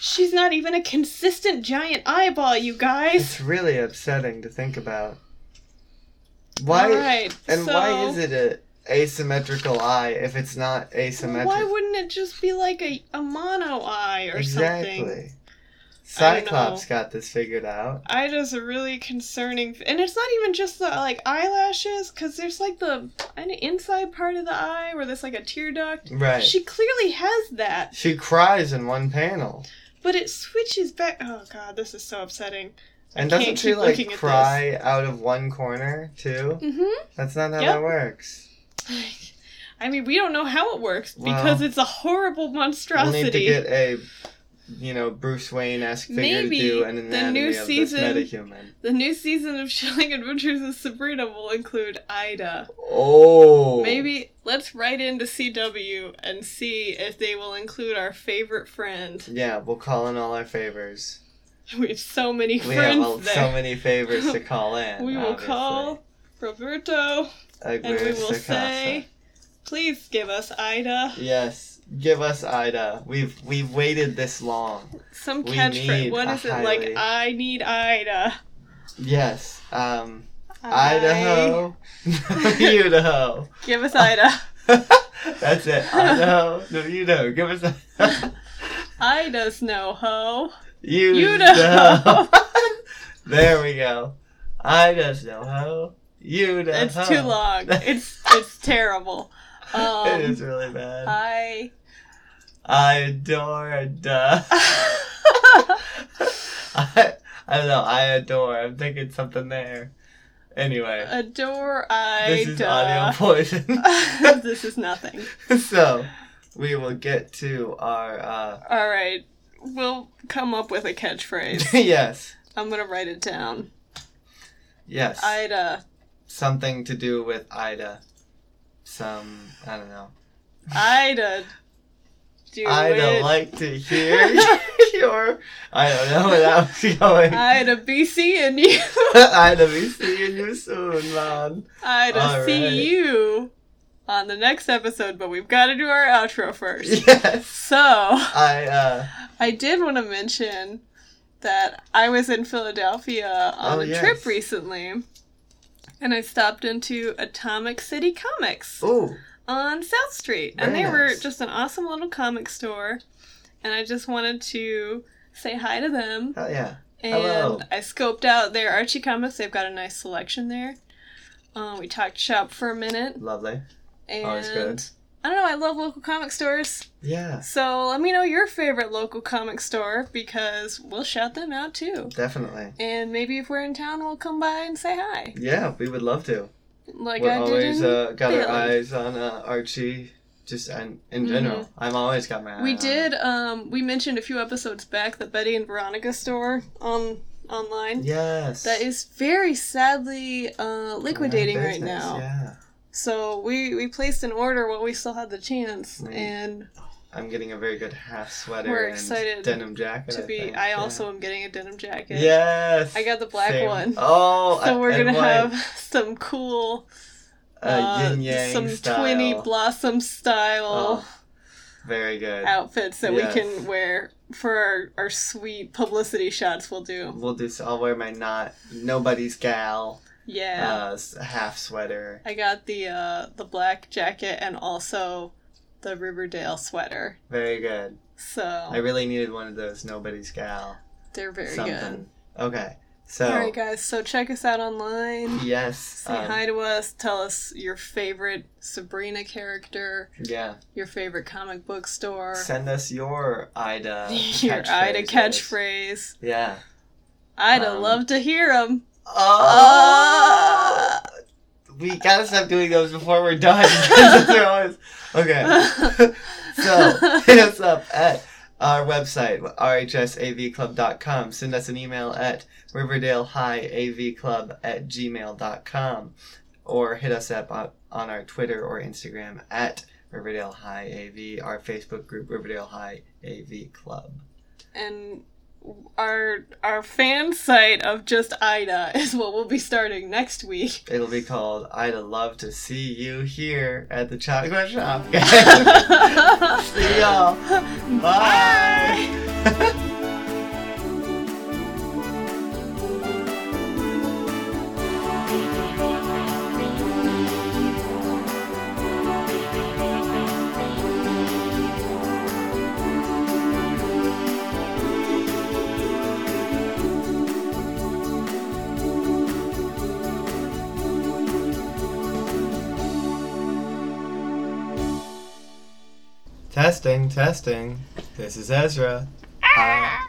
[SPEAKER 2] She's not even a consistent giant eyeball, you guys.
[SPEAKER 1] It's really upsetting to think about. *laughs* Why
[SPEAKER 2] All right,
[SPEAKER 1] and why
[SPEAKER 2] so-
[SPEAKER 1] is it a asymmetrical eye if it's not asymmetric?
[SPEAKER 2] Why wouldn't it just be like a, a mono eye or
[SPEAKER 1] exactly.
[SPEAKER 2] something? I don't know.
[SPEAKER 1] Cyclops got this figured out.
[SPEAKER 2] Ida's a really concerning, and it's not even just the like eyelashes, because there's like the an inside part of the eye where there's like a tear duct.
[SPEAKER 1] Right.
[SPEAKER 2] She clearly has that,
[SPEAKER 1] She cries in one panel.
[SPEAKER 2] but it switches back. Oh god, this is so upsetting.
[SPEAKER 1] And
[SPEAKER 2] I
[SPEAKER 1] doesn't
[SPEAKER 2] can't
[SPEAKER 1] she
[SPEAKER 2] keep
[SPEAKER 1] like
[SPEAKER 2] looking at
[SPEAKER 1] cry out of one corner too?
[SPEAKER 2] Mm-hmm. *sighs*
[SPEAKER 1] That's not how
[SPEAKER 2] Yep.
[SPEAKER 1] that works.
[SPEAKER 2] I mean, we don't know how it works
[SPEAKER 1] Well,
[SPEAKER 2] because it's a horrible
[SPEAKER 1] We'll
[SPEAKER 2] monstrosity.
[SPEAKER 1] need to get a you know, Bruce Wayne esque figure
[SPEAKER 2] Maybe
[SPEAKER 1] to do an
[SPEAKER 2] the
[SPEAKER 1] anatomy
[SPEAKER 2] new
[SPEAKER 1] of
[SPEAKER 2] season-
[SPEAKER 1] this metahuman.
[SPEAKER 2] The new season of Chilling Adventures of Sabrina will include Ida.
[SPEAKER 1] Oh
[SPEAKER 2] Maybe let's write into CW and see if they will include our favorite friend. *laughs*
[SPEAKER 1] Yeah, we'll call in all our favors.
[SPEAKER 2] We have so many
[SPEAKER 1] We
[SPEAKER 2] friends
[SPEAKER 1] have all-
[SPEAKER 2] there.
[SPEAKER 1] so many favors
[SPEAKER 2] *laughs*
[SPEAKER 1] to call in.
[SPEAKER 2] we will
[SPEAKER 1] obviously.
[SPEAKER 2] call Roberto and we
[SPEAKER 1] Aguirre
[SPEAKER 2] will
[SPEAKER 1] Sacasa.
[SPEAKER 2] say, please give us Ida.
[SPEAKER 1] Yes, give us Ida. We've we've waited this long.
[SPEAKER 2] Some
[SPEAKER 1] We
[SPEAKER 2] catchphrase.
[SPEAKER 1] need
[SPEAKER 2] What
[SPEAKER 1] a
[SPEAKER 2] is it
[SPEAKER 1] highly-
[SPEAKER 2] like? I need Ida.
[SPEAKER 1] Yes. Um,
[SPEAKER 2] I-
[SPEAKER 1] Idaho, *laughs* Idaho.
[SPEAKER 2] Give us Ida.
[SPEAKER 1] *laughs* That's it. Idaho, no, you know. Give us *laughs* Idaho.
[SPEAKER 2] Ida's no ho.
[SPEAKER 1] You,
[SPEAKER 2] You
[SPEAKER 1] know.
[SPEAKER 2] know.
[SPEAKER 1] *laughs* there we go. Ida's no ho. You know.
[SPEAKER 2] It's too
[SPEAKER 1] *laughs*
[SPEAKER 2] long. It's it's terrible. Um,
[SPEAKER 1] Uh-huh. it is really bad.
[SPEAKER 2] I.
[SPEAKER 1] I adore duh. *laughs* I, I don't know. I adore. I'm thinking something there. Anyway,
[SPEAKER 2] *laughs* Adore I
[SPEAKER 1] this is
[SPEAKER 2] duh.
[SPEAKER 1] audio *laughs* poison.
[SPEAKER 2] *laughs* this is nothing.
[SPEAKER 1] so we will get to our uh *laughs*
[SPEAKER 2] All right, we'll come up with a catchphrase.
[SPEAKER 1] yes,
[SPEAKER 2] I'm gonna write it down.
[SPEAKER 1] yes,
[SPEAKER 2] Ida,
[SPEAKER 1] something to do with Ida. Some I don't know.
[SPEAKER 2] Ida, do
[SPEAKER 1] I'd
[SPEAKER 2] it.
[SPEAKER 1] like to
[SPEAKER 2] *laughs*
[SPEAKER 1] hear your. I don't know where that was going. *laughs*
[SPEAKER 2] Ida, BC and you. *laughs*
[SPEAKER 1] Ida, be seeing you soon, man.
[SPEAKER 2] Ida,
[SPEAKER 1] All
[SPEAKER 2] see
[SPEAKER 1] right.
[SPEAKER 2] you on the next episode. But we've got to do our
[SPEAKER 1] *laughs*
[SPEAKER 2] outro first.
[SPEAKER 1] Yes,
[SPEAKER 2] So.
[SPEAKER 1] I uh.
[SPEAKER 2] I did want to mention that I was in Philadelphia on
[SPEAKER 1] Oh,
[SPEAKER 2] a
[SPEAKER 1] yes.
[SPEAKER 2] trip recently, and I stopped into Atomic City Comics
[SPEAKER 1] Ooh,
[SPEAKER 2] on South Street, and
[SPEAKER 1] Very
[SPEAKER 2] they were
[SPEAKER 1] nice.
[SPEAKER 2] just an awesome little comic store, and I just wanted to say hi to them.
[SPEAKER 1] hell yeah.
[SPEAKER 2] And
[SPEAKER 1] Hello.
[SPEAKER 2] I scoped out their Archie comics; they've got a nice selection there. Uh, we talked shop for a minute,
[SPEAKER 1] Lovely.
[SPEAKER 2] and
[SPEAKER 1] Always good.
[SPEAKER 2] I don't know. I love local comic stores.
[SPEAKER 1] Yeah,
[SPEAKER 2] So let me know your favorite local comic store because we'll shout them out too.
[SPEAKER 1] definitely.
[SPEAKER 2] And maybe if we're in town, we'll come by and say hi,
[SPEAKER 1] Yeah, we would love to.
[SPEAKER 2] like
[SPEAKER 1] We're
[SPEAKER 2] I
[SPEAKER 1] always
[SPEAKER 2] did. In...
[SPEAKER 1] uh, got our
[SPEAKER 2] Philly.
[SPEAKER 1] eyes on uh, Archie, just and in
[SPEAKER 2] Mhm.
[SPEAKER 1] general. I've always got my eye.
[SPEAKER 2] we
[SPEAKER 1] on
[SPEAKER 2] did. Um, we mentioned a few episodes back the Betty and Veronica store on
[SPEAKER 1] it.
[SPEAKER 2] online
[SPEAKER 1] Yes.
[SPEAKER 2] that is very sadly uh, liquidating
[SPEAKER 1] We're out
[SPEAKER 2] right
[SPEAKER 1] of
[SPEAKER 2] now.
[SPEAKER 1] business, Yeah,
[SPEAKER 2] So we we placed an order while we still had the chance,
[SPEAKER 1] Mm.
[SPEAKER 2] and
[SPEAKER 1] I'm getting a very good half sweater.
[SPEAKER 2] We're
[SPEAKER 1] and
[SPEAKER 2] excited
[SPEAKER 1] denim jacket.
[SPEAKER 2] to
[SPEAKER 1] I
[SPEAKER 2] be,
[SPEAKER 1] think,
[SPEAKER 2] I
[SPEAKER 1] yeah.
[SPEAKER 2] also am getting a denim jacket.
[SPEAKER 1] Yes.
[SPEAKER 2] I got the black
[SPEAKER 1] Same.
[SPEAKER 2] one.
[SPEAKER 1] Oh,
[SPEAKER 2] So we're
[SPEAKER 1] and
[SPEAKER 2] gonna
[SPEAKER 1] white.
[SPEAKER 2] have *laughs* some cool
[SPEAKER 1] a
[SPEAKER 2] uh,
[SPEAKER 1] yin yang
[SPEAKER 2] some
[SPEAKER 1] style.
[SPEAKER 2] twinny blossom style
[SPEAKER 1] Oh, very good.
[SPEAKER 2] outfits that
[SPEAKER 1] Yes.
[SPEAKER 2] we can wear for our, our sweet publicity shots. We'll do.
[SPEAKER 1] We'll do. I'll wear my not nobody's gal
[SPEAKER 2] Yeah,
[SPEAKER 1] uh, s- half sweater.
[SPEAKER 2] I got the uh, the black jacket and also the Riverdale sweater.
[SPEAKER 1] Very good.
[SPEAKER 2] So
[SPEAKER 1] I really needed one of those nobody's gal.
[SPEAKER 2] they're Oh. very good.
[SPEAKER 1] something. Okay. So
[SPEAKER 2] All right, guys. So check us out online.
[SPEAKER 1] yes.
[SPEAKER 2] Say
[SPEAKER 1] um,
[SPEAKER 2] hi to us. Tell us your favorite Sabrina character,
[SPEAKER 1] Yeah.
[SPEAKER 2] your favorite comic book store,
[SPEAKER 1] Send us your Ida.
[SPEAKER 2] *laughs* your Ida
[SPEAKER 1] catchphrases.
[SPEAKER 2] catchphrase.
[SPEAKER 1] Yeah.
[SPEAKER 2] I'd
[SPEAKER 1] Um,
[SPEAKER 2] love to hear them.
[SPEAKER 1] Oh. We gotta stop doing those before we're done. 'cause they're always- okay. so hit us up at our website rhsavclub.com send us an email at riverdalehighavclub at gmail.com or hit us up on, on our twitter or instagram at riverdale high av our facebook group riverdale high av club
[SPEAKER 2] and our our fan site of just Ida is what we'll be starting next week.
[SPEAKER 1] it'll be called i'd love to see you here at the chocolate shop see y'all bye.
[SPEAKER 2] Bye.
[SPEAKER 1] Testing, testing. This is Ezra. Hi.